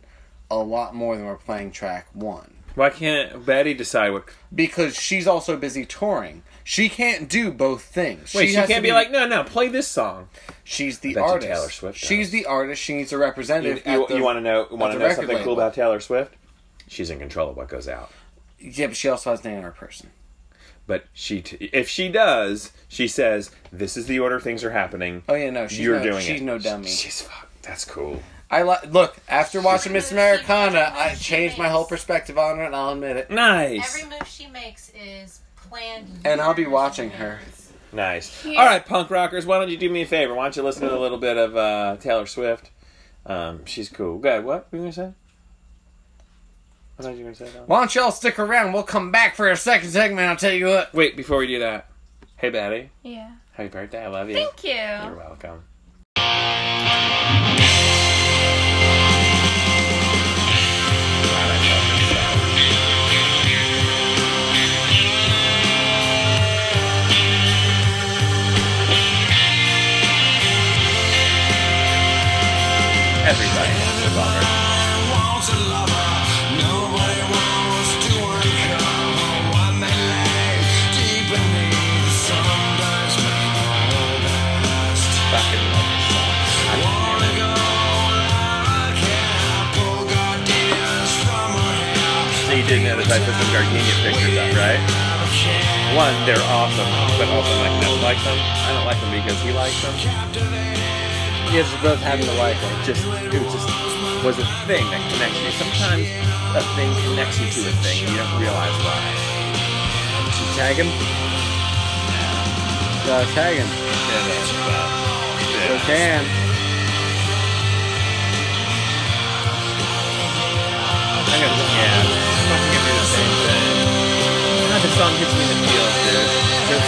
S1: a lot more than we're playing track one
S2: Why can't Betty decide what?
S1: because she's also busy touring. She can't do both things.
S2: Wait, she,
S1: has to
S2: can't be, like, no, no, play this song.
S1: she's
S2: I
S1: the
S2: bet you
S1: artist.
S2: Taylor Swift does.
S1: she's the artist. She needs a
S2: You,
S1: representative.
S2: you,
S1: at the-
S2: want to know? Want to know
S1: the record
S2: something cool
S1: label.
S2: about Taylor Swift? She's in control of what goes out.
S1: Yeah, but she also has an A&R person.
S2: But she, t- if she does, she says, "This is the order things are happening."
S1: Oh yeah, no, she's
S2: You're
S1: no,
S2: doing
S1: she's
S2: it.
S1: no dummy.
S2: She's fuck. That's cool.
S1: I li- look after watching Miss Americana,
S5: She-
S1: I changed my whole perspective on her, and I'll admit it.
S2: Nice.
S5: Every move she makes is planned.
S1: And I'll be
S5: years
S1: watching
S5: in
S1: her.
S5: advance.
S2: nice. All right, punk rockers, why don't you do me a favor? Why don't you listen to a little bit of uh, Taylor Swift? Um, she's cool. Go ahead. What were you going to say? I thought you were going to say that.
S1: Why don't y'all stick around? We'll come back for a second segment. I'll tell you what.
S2: Wait, before we do that, hey, Betty.
S4: Yeah.
S2: Happy birthday. I love you.
S4: Thank you.
S2: You're welcome. Everybody has a lover. Fucking love this song. So you did notice I put some gardenia pictures up, right? One, they're awesome, but also Mike doesn't like them. I don't like them because he likes them.
S1: You guys are both having to like it.
S2: It just it was just was a thing that connects you. Sometimes a thing connects you to a thing and you don't realize why.
S1: You tag him. Uh, tag him. You can.
S2: I gotta, yeah, it's fucking gonna be the same thing. God, this song hits me in the feels, dude. Just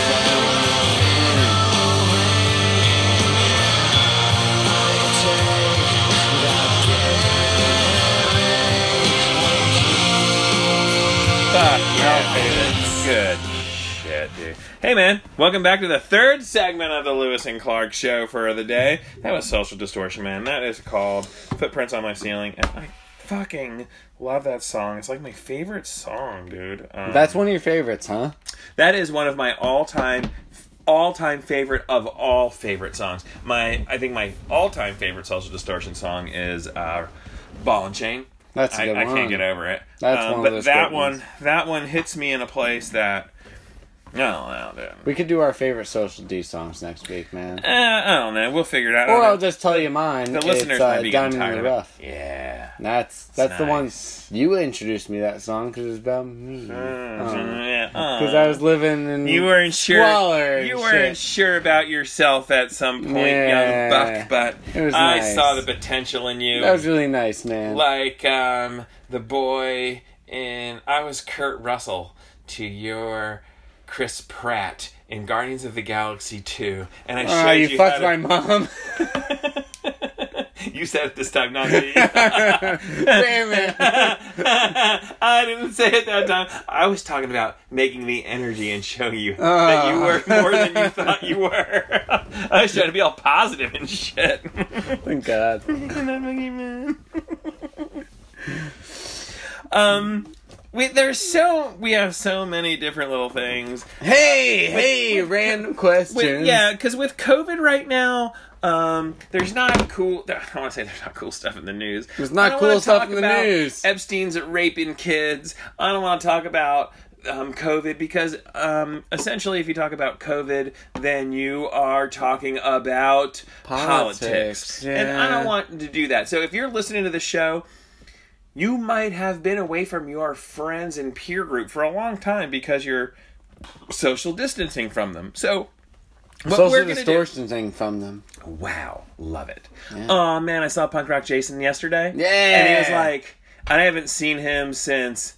S2: Fuck yeah, dude. Good shit, dude. Hey, man. Welcome back to the third segment of the Lewis and Clark show for the day. That was Social Distortion, man. That is called Footprints on My Ceiling. And I fucking love that song. It's like my favorite song, dude. Um,
S1: That's one of your favorites, huh?
S2: that is one of my all-time all-time favorite of all favorite songs. My I think my all-time favorite Social Distortion song is uh, Ball and Chain.
S1: That's a
S2: I,
S1: good
S2: I
S1: one.
S2: can't get over it. Um,
S1: That's one of
S2: but
S1: those
S2: that
S1: good
S2: one
S1: ones.
S2: that one hits me in a place that no, I don't know.
S1: We could do our favorite social D songs next week, man.
S2: Eh, I don't know. We'll figure it out. I
S1: Or
S2: don't
S1: I'll
S2: know.
S1: just tell you mine.
S2: the listeners
S1: it's, uh,
S2: might be
S1: Down
S2: getting tired
S1: in the
S2: of
S1: Rough.
S2: it. Yeah.
S1: That's that's the one
S2: nice.
S1: you introduced me that song because it's about me.
S2: Because
S1: Because I Um, was living in
S2: You weren't sure.
S1: squalor and
S2: you
S1: shit.
S2: weren't sure about yourself at some point, young
S1: Yeah.
S2: buck. But
S1: It was
S2: I
S1: nice.
S2: saw the potential in you,
S1: That was really nice, man.
S2: like um, the boy in. I was Kurt Russell to your Chris Pratt in Guardians of the Galaxy Two, and I
S1: Oh,
S2: showed
S1: you,
S2: you.
S1: fucked my
S2: how
S1: mom.
S2: to- you said it this time, not me.
S1: Damn it.
S2: I didn't say it that time. I was talking about making the energy and showing you that you were more than you thought you were. I was trying to be all positive and shit.
S1: Thank God.
S2: um, we there's so we have so many different little things.
S1: Hey, hey, random questions.
S2: With, yeah, because with COVID right now, um, there's not cool. I don't want to say there's not cool stuff in the news.
S1: There's not
S2: I don't wanna
S1: cool stuff
S2: talk
S1: in the
S2: about
S1: news.
S2: Epstein's raping kids. I don't want to talk about um, COVID because um, essentially, if you talk about COVID, then you are talking about politics,
S1: Politics,
S2: and I
S1: yeah.
S2: don't want to do that. So if you're listening to the show. You might have been away from your friends and peer group for a long time because you're social distancing from them. So, what
S1: Social
S2: we're gonna do-
S1: distortion thing from them.
S2: Wow, love it. Oh man, I saw Punk Rock Jason yesterday.
S1: Yeah.
S2: and he was like, I haven't seen him since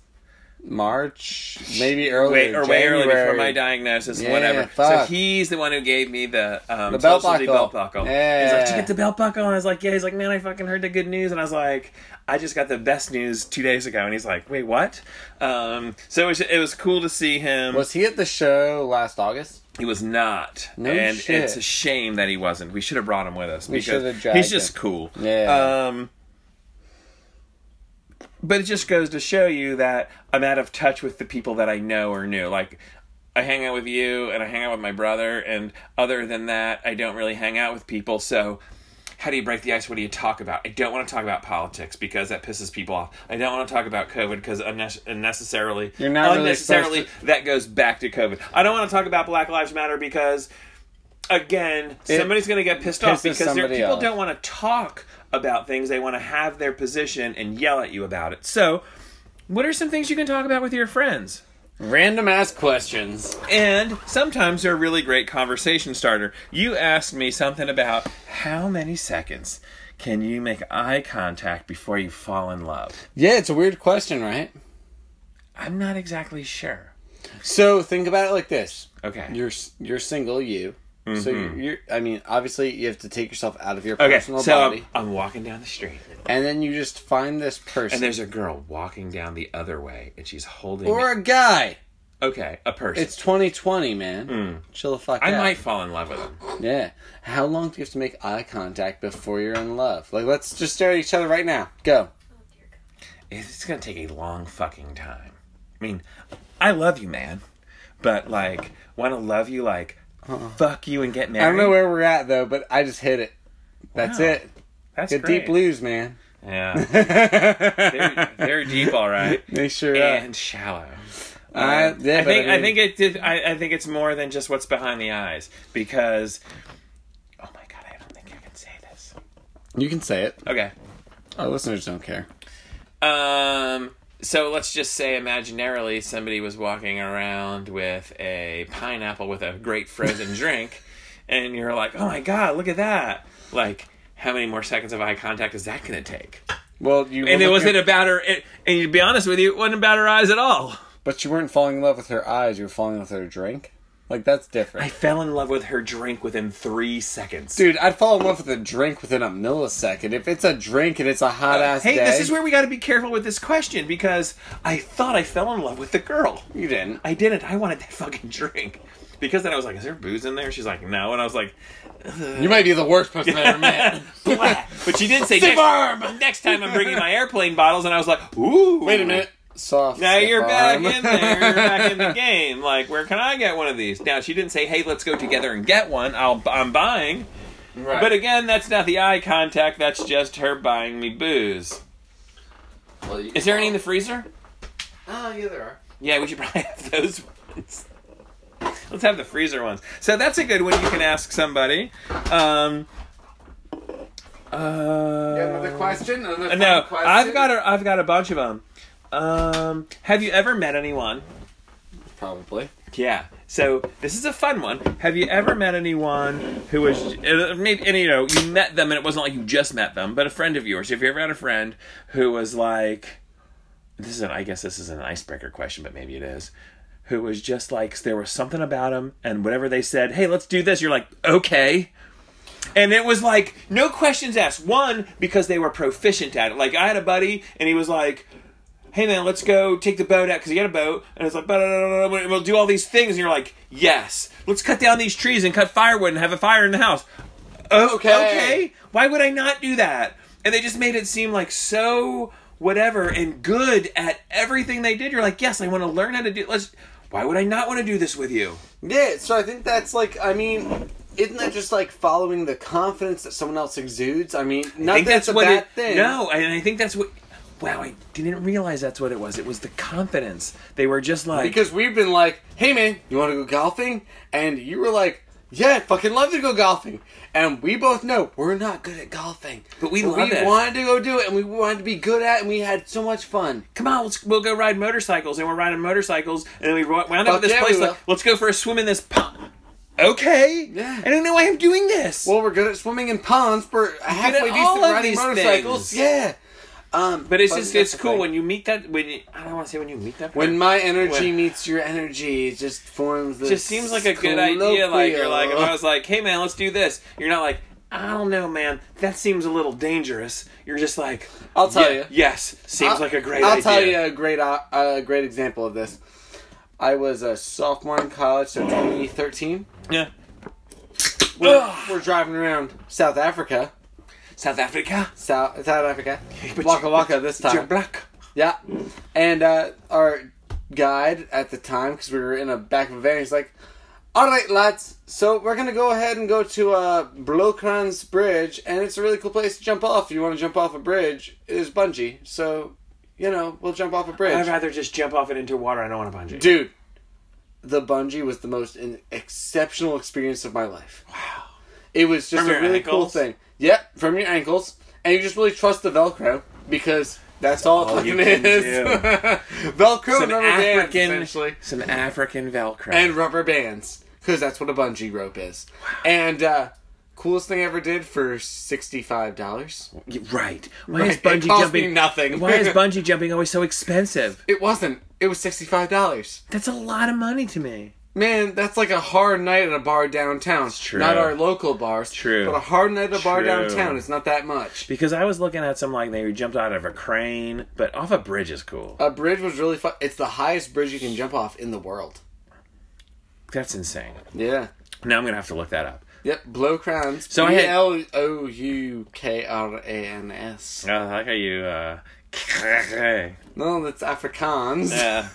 S1: March, maybe early,
S2: way or way early before
S1: January.
S2: my diagnosis,
S1: Yeah,
S2: whatever.
S1: fuck.
S2: So he's the one who gave me the um,
S1: The belt
S2: social D
S1: buckle.
S2: belt buckle.
S1: Yeah.
S2: He's like, "Did you get the belt buckle?" And I was like, "Yeah." He's like, "Man, I fucking heard the good news," and I was like, "I just got the best news two days ago." And he's like, "Wait, what?" Um, so it was, it was cool to see him.
S1: Was he at the show last August?
S2: He was not.
S1: No
S2: and
S1: shit.
S2: it's a shame that he wasn't. We should have brought him with us because
S1: should've dragged
S2: he's just
S1: him.
S2: cool.
S1: Yeah.
S2: Um but it just goes to show you that I'm out of touch with the people that I know or knew. Like I hang out with you and I hang out with my brother and other than that, I don't really hang out with people. So how do you break the ice? What do you talk about? I don't want to talk about politics because that pisses people off. I don't want to talk about COVID because unne- unnecessarily,
S1: You're not really
S2: unnecessarily,
S1: supposed
S2: that goes back to COVID. I don't want to talk about Black Lives Matter because, again, somebody's going to get pissed off
S1: pisses
S2: because there,
S1: somebody
S2: people
S1: off.
S2: don't want to talk about things. They want to have their position and yell at you about it. So, what are some things you can talk about with your friends?
S1: Random ass questions.
S2: And sometimes they're a really great conversation starter. You asked me something about how many seconds can you make eye contact before you fall in love?
S1: Yeah, it's a weird question, right?
S2: I'm not exactly sure.
S1: So think about it like this:
S2: Okay. Mm-hmm.
S1: you're s- you're single, you. So you're, you're. I mean, obviously, you have to take yourself out of your
S2: okay,
S1: personal
S2: so
S1: body,
S2: I'm, I'm walking down the street
S1: and then you just find this person
S2: and there's a girl walking down the other way and she's holding
S1: or a guy.
S2: Okay, a person.
S1: It's 2020, man. Chill the fuck
S2: Mm. I
S1: out.
S2: might fall in love with him.
S1: Yeah. How long do you have to make eye contact before you're in love? Like, let's just stare at each other right now. Go.
S2: It's gonna take a long fucking time. I mean, I love you, man, but like, want to love you like, fuck you and get married.
S1: Uh-uh. I don't know where we're at though, but I just hit it. That's
S2: Wow.
S1: it.
S2: That's
S1: The
S2: great.
S1: deep blues, man.
S2: Yeah, they're,
S1: they
S2: they're deep, all right,
S1: sure are.
S2: and shallow.
S1: I, yeah,
S2: I
S1: but
S2: think I,
S1: mean,
S2: think it did. I, I think it's more than just what's behind the eyes because. Oh my god, I don't think I can say this.
S1: you can say it.
S2: Okay.
S1: Our listeners don't care.
S2: Um. So let's just say imaginarily somebody was walking around with a pineapple with a great frozen drink, and you're like, "Oh my god, look at that!" Like, how many more seconds of eye contact is that going to take?
S1: Well, you
S2: And
S1: were
S2: it wasn't
S1: looking-
S2: about her. It, and to be honest with you, it wasn't about her eyes at all.
S1: but you weren't falling in love with her eyes. You were falling in love with her drink. Like that's different,
S2: I fell in love with her drink within three seconds.
S1: dude. I'd fall in love with a drink within a millisecond. If it's a drink and it's a hot ass
S2: Uh, Hey,
S1: day,
S2: this is where we got to be careful with this question because I thought I fell in love with the girl.
S1: you didn't.
S2: I didn't. I wanted that fucking drink. Because then I was like, is there booze in there? She's like, no. And I was like,
S1: You might be the worst person I ever met.
S2: blah. But she did say, next,
S1: Stiff-arm!
S2: next time I'm bringing my airplane bottles. And I was like, ooh.
S1: Wait a minute. Soft.
S2: Now
S1: stiff
S2: you're back
S1: arm.
S2: in there. You're back in the game. Like, where can I get one of these? Now, she didn't say, hey, let's go together and get one. I'll, I'm buying.
S1: Right.
S2: But again, that's not the eye contact. That's just her buying me booze.
S1: Well, you-
S2: Is there any in the freezer?
S1: Oh, yeah, there are.
S2: Yeah, we should probably have those ones. Let's have the freezer ones. So that's a good one you can ask somebody. Um, uh,
S1: another question? Another
S2: no, I've got a, I've got a bunch of them. Um, have you ever met anyone?
S1: Probably.
S2: Yeah. So this is a fun one. Have you ever met anyone who was uh, maybe and you know you met them and it wasn't like you just met them, but a friend of yours. If you ever had a friend who was like, this is an I guess this is an icebreaker question, but maybe it is. Who was just like there was something about him and whatever they said, hey, let's do this. You're like, okay. And it was like no questions asked. One because they were proficient at it. Like I had a buddy and he was like hey man, let's go take the boat out because he had a boat, and it's like, "Bah, da, da, da, da, we'll do all these things, and you're like, yes, let's cut down these trees and cut firewood and have a fire in the house. Okay.
S1: Okay.
S2: okay, why would I not do that? And they just made it seem like so whatever and good at everything they did. You're like, yes, I want to learn how to do. Let's. Why would I not want to do this with you?
S1: Yeah, so I think that's like, I mean, isn't that just like following the confidence that someone else exudes? I mean,
S2: I
S1: not
S2: think that's,
S1: that's, a
S2: what
S1: bad
S2: it.
S1: thing.
S2: No, and I think that's what. Wow, I didn't realize that's what it was. It was the confidence. They were just like
S1: Because we've been like, hey man, you want to go golfing? And you were like, yeah, I fucking love to go golfing. And we both know we're not good at golfing.
S2: But we love it.
S1: wanted to go do it and we wanted to be good at it and we had so much fun.
S2: come on, let's, we'll go ride motorcycles, and we're riding motorcycles, and then we ro- wound up
S1: Fuck
S2: at this
S1: yeah,
S2: place.
S1: we
S2: Like,
S1: will.
S2: let's go for a swim in this pond. Okay.
S1: Yeah.
S2: I don't know why I'm doing this.
S1: Well, we're good at swimming in ponds. We're halfway decent
S2: all of
S1: riding
S2: these
S1: motorcycles.
S2: things.
S1: Yeah. Um,
S2: but it's
S1: but
S2: just
S1: that's
S2: it's
S1: the
S2: cool
S1: thing.
S2: when you meet that when you, I don't want to say when you meet that.
S1: when
S2: person.
S1: my energy
S2: When-
S1: meets your energy, it just forms this.
S2: It just seems like a good idea. Like you're like if I was like, hey man, let's do this. You're not like. I don't know, man. That seems a little dangerous. You're just like,
S1: I'll tell you.
S2: Yes, seems
S1: I'll-
S2: like a great
S1: I'll
S2: idea.
S1: tell you a great uh, a great example of this. I was a sophomore in college, so 2013.
S2: Yeah.
S1: We're, we're driving around South Africa,
S2: South Africa.
S1: South South Africa,
S2: but
S1: Waka
S2: you-
S1: Waka this
S2: You're
S1: time.
S2: black.
S1: Yeah, and uh, our guide at the time, because we were in a back of a van, he's like, "All right, lads, so we're gonna go ahead and go to uh, Blokran's Bridge, and it's a really cool place to jump off. If you want to jump off a bridge, it's bungee, so you know we'll jump off a bridge."
S2: I'd rather just jump off it into water. I don't want to bungee.
S1: Dude, the bungee was the most in- exceptional experience of my life. Wow. It was just
S2: From
S1: a
S2: your
S1: really cool
S2: ankles?
S1: thing. Yep, from your ankles. And you just really trust the Velcro because that's all, it
S2: you
S1: fucking
S2: can
S1: is. Velcro
S2: some
S1: and rubber bands,
S2: African,
S1: essentially.
S2: some African Velcro.
S1: And rubber bands because that's what a bungee rope is. And uh, coolest thing I ever did for $65.
S2: Y- right. Why
S1: Right,
S2: is
S1: it
S2: bungee
S1: cost
S2: jumping
S1: me nothing.
S2: Why is bungee jumping always so expensive?
S1: It wasn't. It was $65.
S2: That's a lot of money to me.
S1: Man, that's like a hard night at a bar downtown. It's
S2: true.
S1: Not our local bars.
S2: true.
S1: But a hard night at a bar
S2: True.
S1: downtown is not that much.
S2: Because I was looking at some like they jumped out of a crane, but off a bridge is cool.
S1: A bridge was really fun. It's the highest bridge you can jump off in the world.
S2: That's insane.
S1: Yeah.
S2: Now I'm gonna have to look that up.
S1: Yep. Blow crowns.
S2: So I had-
S1: L O U K R A N S.
S2: I like how you. uh...
S1: No, that's Afrikaans.
S2: Yeah. uh,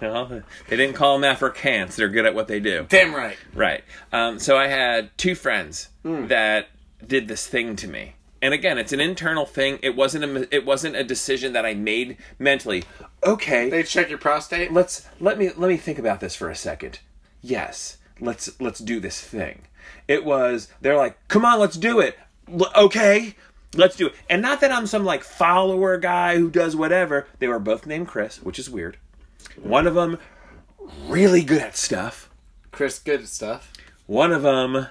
S2: Well, they didn't call them Afrikaans. They're good at what they do.
S1: Damn right.
S2: Right. Um, so I had two friends that did this thing to me, and again, it's an internal thing. It wasn't a it wasn't a decision that I made mentally. Okay,
S1: They check your prostate.
S2: let's let me let me think about this for a second. Yes, let's let's do this thing. It was they're like, come on, let's do it. L- okay, let's do it. And not that I'm some like follower guy who does whatever. They were both named Chris, which is weird. One of them really good at stuff.
S1: Chris, good at stuff.
S2: One of them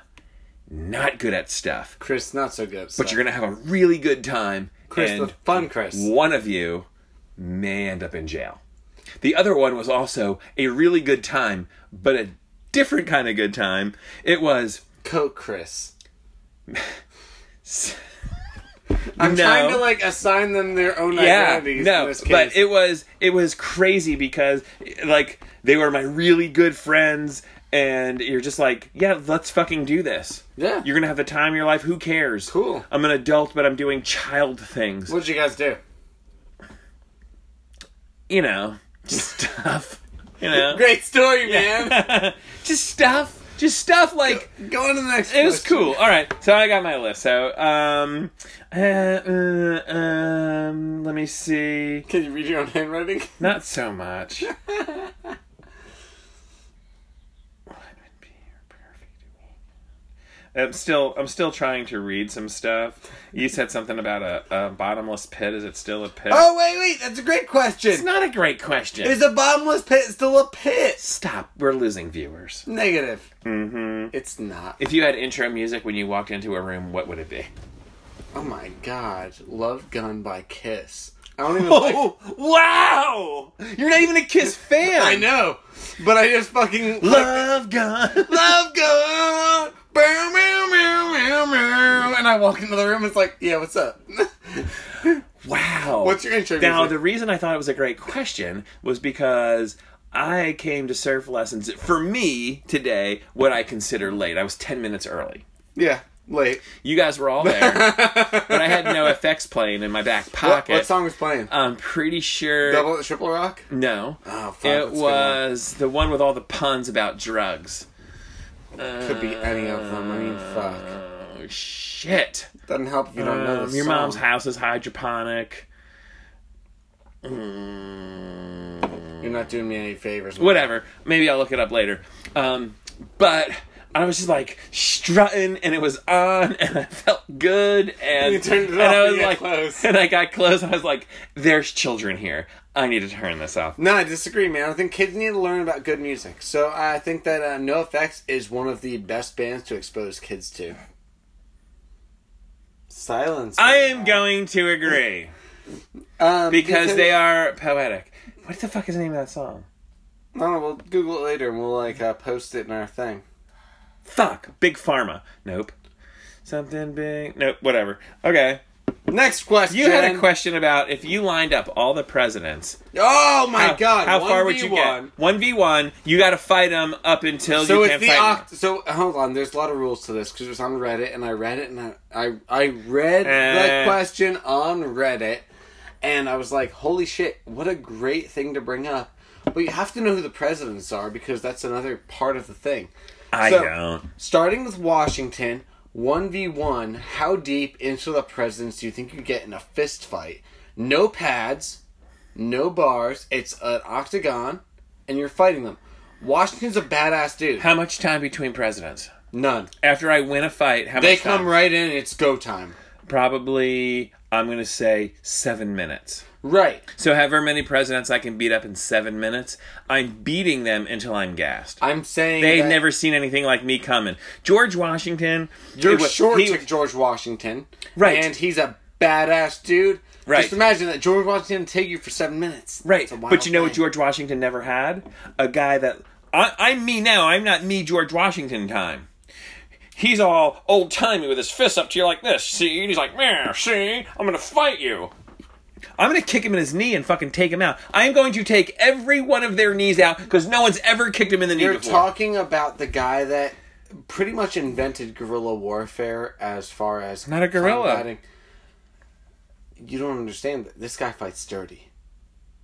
S2: not good at stuff.
S1: Chris, not so good. At
S2: But you're gonna have a really good time.
S1: Chris,
S2: and
S1: the fun Chris.
S2: one of you may end up in jail. The other one was also a really good time, but a different kind of good time. It was
S1: Coke Chris.
S2: I'm
S1: Trying to like assign them their own
S2: yeah,
S1: identities. in
S2: no,
S1: this case.
S2: but it was it was crazy because like they were my really good friends, and you're just like, yeah, let's fucking do this.
S1: Yeah.
S2: you're gonna have the time of your life. Who cares?
S1: Cool.
S2: I'm an adult, but I'm doing child things.
S1: What'd you guys do?
S2: You know, just stuff. You know,
S1: Great story, man.
S2: just stuff. Just stuff like
S1: Go on to the next.
S2: it was cool. All right, so I got my list. So, um, uh, uh, um, let me see.
S1: Can you read your own handwriting?
S2: Not so much. Would be perfect weekend. I'm still, I'm still trying to read some stuff. You said something about a, a bottomless pit. Is it still a pit?
S1: Oh wait, wait, that's a great
S2: it's
S1: question.
S2: not a great question.
S1: Is a bottomless pit still a pit?
S2: Stop. We're losing viewers.
S1: Negative. Mm-hmm. It's not.
S2: If you had intro music when you walked into a room, what would it be?
S1: Oh my god, Love Gun by Kiss. I don't even. like-
S2: Oh, wow! You're not even a Kiss fan.
S1: I know, but I just
S2: Oh.
S1: fucking
S2: Love gun.
S1: Love Gun. Bow, meow, meow, meow, meow. And I walk into the room. It's like, yeah, what's up?
S2: Wow.
S1: What's your intro
S2: Now,
S1: music?
S2: the reason I thought it was a great question was because I came to surf lessons for me today, what I consider late. I was 10 minutes early.
S1: yeah, late.
S2: You guys were all there, but I had no effects playing in my back
S1: What,
S2: pocket. Uh,
S1: what song was playing?
S2: I'm pretty sure.
S1: Double Triple Rock?
S2: no,
S1: Oh, fuck. that's a
S2: it
S1: good one.
S2: was the one with all the puns about drugs.
S1: Could be any of them. I mean, fuck.
S2: Oh shit!
S1: Doesn't help if you don't know
S2: Um,
S1: the
S2: your
S1: song.
S2: mom's house is hydroponic. Mm.
S1: You're not doing me any favors. man.
S2: whatever. Maybe I'll look it up later. Um, but I was just like strutting, and it was on, and I felt good, and
S1: You turned it
S2: and
S1: off
S2: I
S1: when
S2: was
S1: you got
S2: like,
S1: close.
S2: and I got close, and I was like, "There's children here. I need to turn this off."
S1: No, I disagree, man. I think kids need to learn about good music. So I think that uh, No Effects is one of the best bands to expose kids to.
S6: Silence.
S2: I am going to agree
S1: Um,
S2: because they are poetic. What the fuck is the name of that song?
S1: No, we'll Google it later and we'll like uh, post it in our thing.
S2: Fuck, Big Pharma. Nope. Something big. Nope. Whatever. Okay.
S1: Next question.
S2: You had a question about if you lined up all the presidents,
S1: Oh my
S2: how,
S1: god!
S2: how far would you
S1: 1v1.
S2: get? One v one. You got to fight them up until
S1: So
S2: you
S1: it's
S2: can't
S1: the
S2: fight 'em.
S1: oct- so hold on. There's a lot of rules to this because it was on Reddit, and I read it, and I I, I read
S2: Eh.
S1: the question on Reddit, and I was like, holy shit, what a great thing to bring up. But you have to know who the presidents are because that's another part of the thing.
S2: I
S1: So-
S2: don't.
S1: Starting with Washington, 1v1, how deep into the presidents do you think you get in a fist fight? No pads, no bars, it's an octagon, and you're fighting them. Washington's a badass dude.
S2: How much time between presidents?
S1: None.
S2: After I win a fight, how
S1: They
S2: much time?
S1: come right in, it's go time.
S2: Probably, I'm going to say seven minutes.
S1: Right.
S2: So, however many presidents I can beat up in seven minutes, I'm beating them until I'm gassed.
S1: I'm saying
S2: They've
S1: that
S2: never seen anything like me coming. George Washington.
S1: you're
S2: it was-
S1: short
S2: he-
S1: to George Washington.
S2: Right.
S1: And he's a badass dude.
S2: Right.
S1: Just imagine that George Washington take you for seven minutes.
S2: Right.
S1: It's a wild
S2: But you know what
S1: thing.
S2: George Washington never had? A guy that. I, I'm me now. I'm not me George Washington time. He's all old timey with his fists up to you like this, see? And he's like, man, see? I'm going to fight you. I'm going to kick him in his knee and fucking take him out. I'm going to take every one of their knees out because no one's ever kicked him in the knee
S1: You're
S2: before.
S1: talking about the guy that pretty much invented guerrilla warfare as far as
S2: Not a guerrilla.
S1: combating- You don't understand that this guy fights dirty,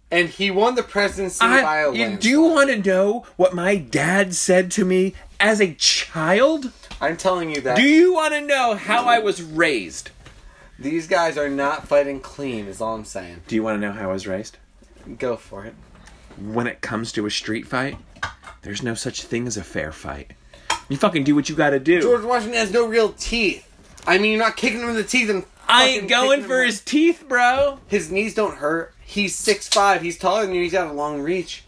S1: and he won the presidency by
S2: I,
S1: a
S2: you
S1: landslide.
S2: do want to know what my dad said to me as a child?
S1: I'm telling you that
S2: Do you want to know how I was raised?
S1: these guys are not fighting clean. Is all I'm saying.
S2: Do you want to know how I was raised?
S1: Go for it.
S2: when it comes to a street fight, there's no such thing as a fair fight. You fucking do what you gotta do.
S1: George Washington has no real teeth. I mean, you're not kicking him in the teeth, and
S2: I
S1: fucking
S2: ain't going
S1: kicking
S2: for
S1: him-
S2: his teeth, bro.
S1: His knees don't hurt. He's six five. He's taller than you. He's got a long reach.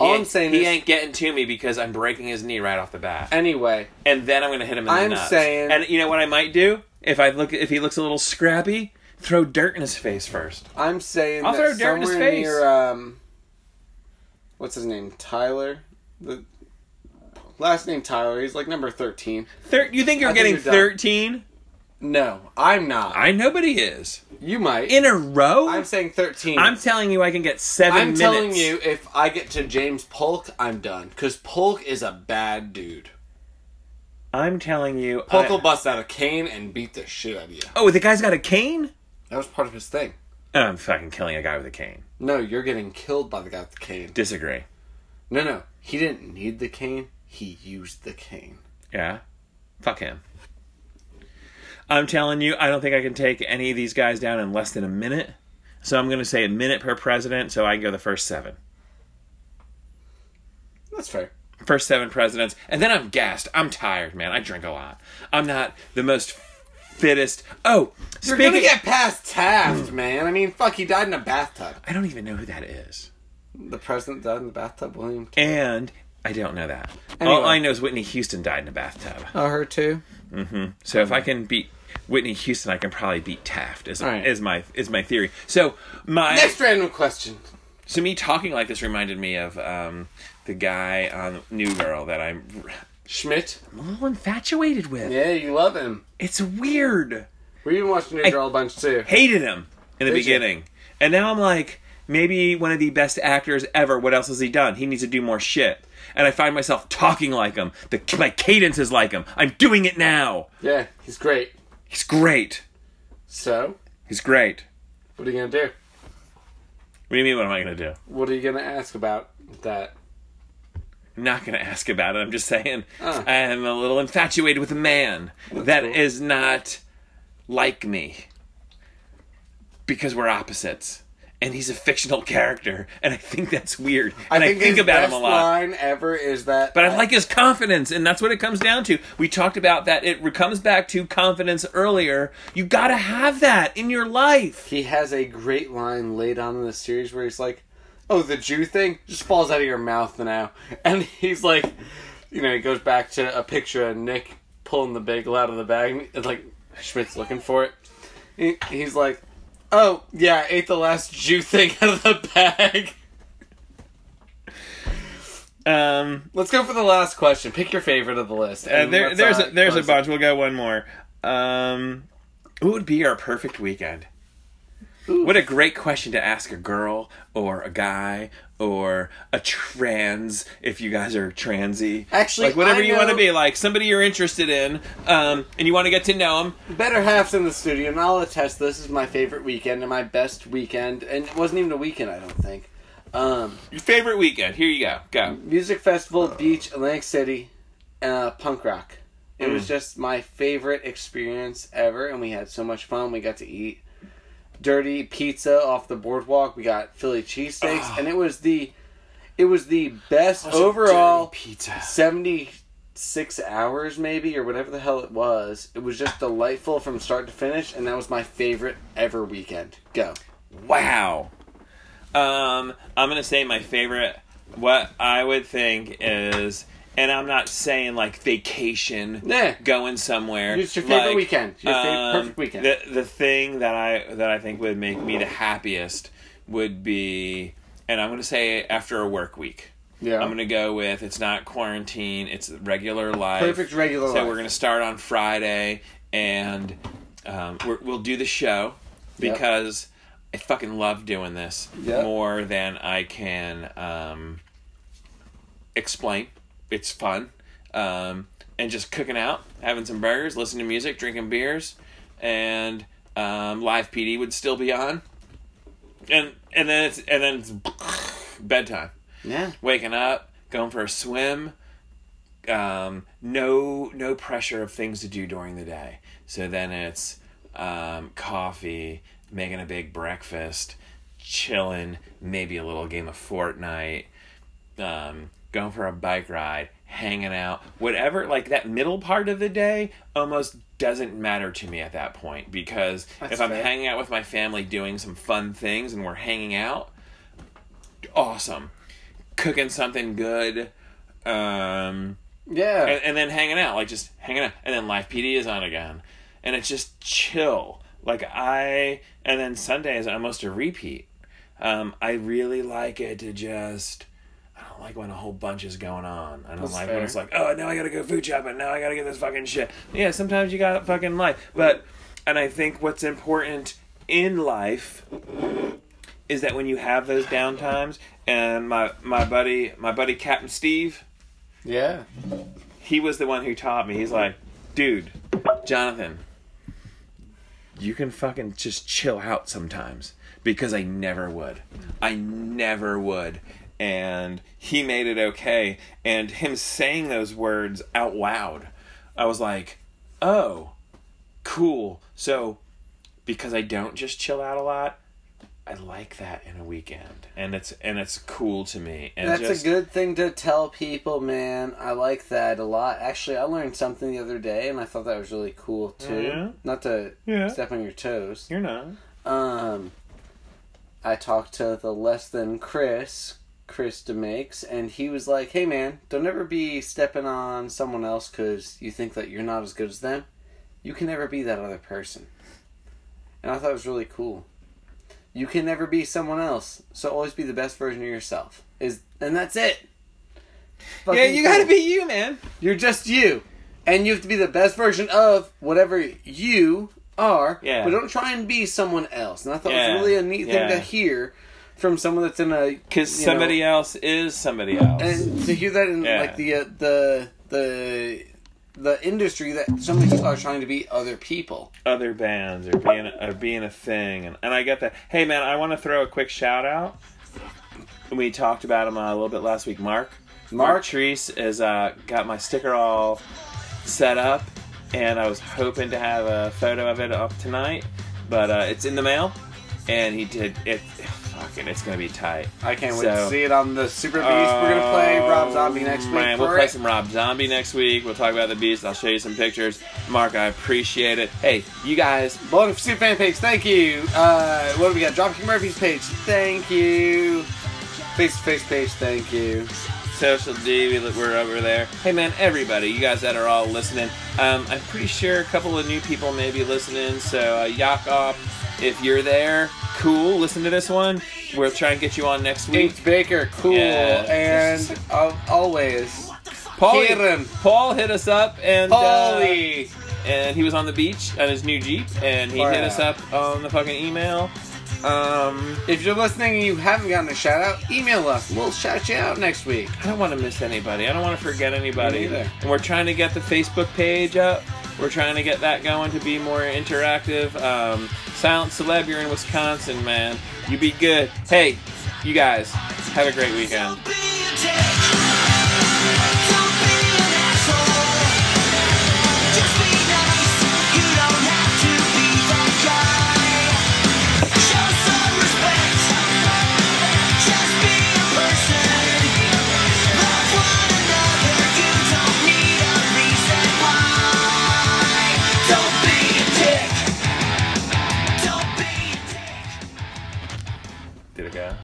S1: All I'm saying is,
S2: getting to me because I'm breaking his knee right off the bat,
S1: anyway.
S2: and then I'm gonna hit him. in
S1: I'm
S2: nuts.
S1: saying-
S2: and you know what I might do if I look if he looks a little scrappy, throw dirt in his face first.
S1: I'm saying
S2: I'll
S1: that
S2: throw dirt in his
S1: somewhere
S2: face.
S1: near um, what's his name, Tyler, the last name Tyler. He's like number thirteen.
S2: Thir- you think you're
S1: I think
S2: getting
S1: you're done.
S2: thirteen?
S1: No, I'm not.
S2: I nobody is
S1: you might.
S2: in a row.
S1: I'm
S2: I'm,
S1: saying thirteen.
S2: telling you, I can get 7
S1: I'm
S2: minutes.
S1: telling you, if I get to James Polk, I'm done. Cause Polk is a bad dude.
S2: I'm telling you.
S1: Polk
S2: I-
S1: will bust out a cane and beat the shit out of you.
S2: oh, the guy's got a cane. Oh,
S1: That was part of his thing.
S2: I'm fucking killing a guy with a cane.
S1: No, you're getting killed by the guy with the cane.
S2: Disagree.
S1: No, no, he didn't need the cane. He used the cane.
S2: Yeah. Fuck him. I'm telling you, I don't think I can take any of these guys down in less than a minute. So I'm going to say a minute per president, so I can go the first seven.
S1: That's fair.
S2: First seven presidents. And then I'm gassed. I'm tired, man. I drink a lot. I'm not the most fittest. Oh,
S1: You're
S2: speaking.
S1: gonna get past Taft, man. I mean, fuck, he died in a bathtub.
S2: I don't even know who that is.
S1: The president died in the bathtub, William.
S2: And I don't know that. All
S1: Anyway.
S2: I know is Whitney Houston died in a bathtub.
S1: Oh, her too.
S2: So
S1: Mm-hmm.
S2: if I can beat Whitney Houston, I can probably beat Taft. Is,
S1: All right.
S2: is my is my theory. So my
S1: Next random question.
S2: So me talking like this reminded me of um, the guy on New Girl that I'm
S1: Schmidt.
S2: a little infatuated with.
S1: Yeah, you love him.
S2: It's weird.
S1: We've been watching New Girl a bunch too.
S2: Hated him in the
S1: Did you?
S2: beginning, and now I'm like, maybe one of the best actors ever. What else has he done? He needs to do more shit. And I find myself talking like him. The, my cadence is like him. I'm doing it now.
S1: Yeah, he's great.
S2: He's great.
S1: So,
S2: He's great.
S1: what are you gonna do?
S2: What do you mean? What am I gonna do?
S1: What are you gonna ask about that?
S2: I'm not gonna ask about it. I'm just saying
S1: Oh.
S2: I am a little infatuated with a man that is
S1: cool.
S2: not like me because we're opposites, and he's a fictional character, and I think that's weird. And I think,
S1: his
S2: about him
S1: best
S2: a lot.
S1: Line ever is that?
S2: But I like his confidence, and that's what it comes down to. We talked about that. It comes back to confidence earlier. You gotta have that in your life.
S1: He has a great line laid on in the series where he's like, "Oh, the Jew thing just falls out of your mouth now," and he's like, you know, he goes back to a picture of Nick pulling the bagel out of the bag, and like Schmidt's looking for it. He- He's like, "Oh yeah, I ate the last Jew thing out of the bag."
S2: Um,
S1: Let's go for the last question. Pick your favorite of the list.
S2: Uh,
S1: and
S2: there,
S1: let's,
S2: there's
S1: uh,
S2: a, there's a
S1: close
S2: bunch. We'll go one more. Um, who would be our perfect weekend? What a great question to ask a girl or a guy or a trans if you guys are transy.
S1: Actually,
S2: like whatever
S1: I
S2: you want to
S1: know-
S2: be, like somebody you're interested in, um, and you want to get to know them.
S1: it. Better halves in the studio, and I'll attest this is my favorite weekend and my best weekend, and it wasn't even a weekend, I don't think. Um,
S2: Your favorite weekend. Here you go. Go.
S1: music festival,
S2: Uh.
S1: beach, Atlantic City, uh, punk rock. It
S2: Mm.
S1: was just my favorite experience ever, and we had so much fun. We got to eat dirty pizza off the boardwalk. We got Philly cheesesteaks,
S2: Ah.
S1: and it was the it was the best overall
S7: pizza.
S1: 76 hours maybe or whatever the hell it was it was just delightful from start to finish and that was my favorite ever weekend go
S2: Wow. Um, I'm gonna say my favorite. What I would think is, and I'm not saying like vacation.
S1: Yeah.
S2: Going somewhere.
S1: It's your favorite weekend. Your fav-
S2: um,
S1: perfect weekend.
S2: The the thing that I that I think would make me the happiest would be, and I'm gonna say after a work week.
S1: yeah
S2: I'm gonna go with it's not quarantine, it's regular life.
S1: perfect regular
S2: So
S1: life.
S2: we're gonna start on Friday, and um, we're, we'll do the show
S1: Yep.
S2: because I fucking love doing this
S1: Yep.
S2: more than I can um, explain. It's fun, um, and just cooking out, having some burgers, listening to music, drinking beers, and um, live PD would still be on, and and then it's and then it's bedtime
S1: yeah
S2: waking up, going for a swim. Um, no, no pressure of things to do during the day. So then it's um, coffee, making a big breakfast, chilling, maybe a little game of Fortnite, um, going for a bike ride, hanging out, whatever. Like that middle part of the day almost doesn't matter to me at that point because if I'm
S1: fair.
S2: hanging out with my family, doing some fun things, and we're hanging out, awesome cooking something good, um,
S1: yeah
S2: and, and then hanging out, like just hanging out, and then Live PD is on again, and it's just chill. Like I, and then Sunday is almost a repeat. Um, I really like it to just. I don't like when a whole bunch is going on. I don't like when
S1: fair.
S2: it's like, oh, now I gotta go food shopping. Now I gotta get this fucking shit. Yeah, sometimes you gotta fucking life, but, and I think what's important in life is that when you have those downtimes, and my my buddy my buddy Captain Steve,
S1: yeah
S2: he was the one who taught me. He's like, dude, Jonathan, you can fucking just chill out sometimes because I never would. I never would. And he made it okay. And him saying those words out loud, I was like, oh, cool. So because I don't just chill out a lot, I like that in a weekend. And it's and it's cool to me. And
S1: That's
S2: just,
S1: a good thing to tell people, man. I like that a lot. Actually, I learned something the other day, and I thought that was really cool too.
S2: Oh, Yeah?
S1: Not to
S2: Yeah.
S1: step on your toes.
S2: You're not.
S1: Um, I talked to the less than Chris, Chris DeMakes, and he was like, "Hey, man, don't ever be stepping on someone else because you think that you're not as good as them. You can never be that other person." And I thought it was really cool. You can never be someone else, so always be the best version of yourself. Is and that's it.
S2: Yeah,
S1: Fucking
S2: you gotta
S1: cool.
S2: be you, man.
S1: You're just you, and you have to be the best version of whatever you are.
S2: Yeah.
S1: But don't try and be someone else. And I thought it
S2: Yeah.
S1: was really a neat
S2: Yeah.
S1: thing to hear from someone that's in a
S2: Because
S1: you know,
S2: somebody else is somebody else.
S1: and to hear that in
S2: Yeah.
S1: like the uh, the the the industry that so many people are trying to be other people.
S2: other bands are being are being a thing, and, and I get that. Hey man, I want to throw a quick shout out. We talked about him uh, a little bit last week. Mark, Mark
S1: Mark,
S2: Treese is uh, got my sticker all set up, and I was hoping to have a photo of it up tonight, but uh, it's in the mail, and he did it. Fucking, it's gonna be tight.
S1: I can't wait
S2: So- um,
S1: to see it on the Super Beast. We're gonna play Rob Zombie next week.
S2: Man, we'll
S1: for
S2: play
S1: it.
S2: some Rob Zombie next week. We'll talk about the Beast. I'll show you some pictures. Mark, I appreciate it. Hey, you guys,
S1: Bowling for Soup fan page, thank you. Uh, what do we got? Dropkick Murphy's page, thank you. Face to face page, thank you.
S2: Social D, we, we're over there. Hey, man, everybody, you guys that are all listening, um, I'm pretty sure a couple of new people may be listening. So, uh, Yakov, if you're there, cool. Listen to this one. We'll try and get you on next week.
S1: Inked Baker, cool,
S2: Yeah.
S1: and uh, always
S2: Paul,
S1: Kieran.
S2: Paul hit us up, and uh,
S1: Polly.
S2: and he was on the beach on his new jeep, and he
S1: Far
S2: hit us
S1: out.
S2: up on the fucking email. Um,
S1: If you're listening and you haven't gotten a shout out, email us. We'll shout you out next week.
S2: I don't want to miss anybody. I don't want to forget anybody.
S1: Me neither.
S2: And we're trying to get the Facebook page up. We're trying to get that going to be more interactive. Um, Silent Celeb, you're in Wisconsin, man. You be good. Hey, you guys, have a great weekend.
S3: Be a day.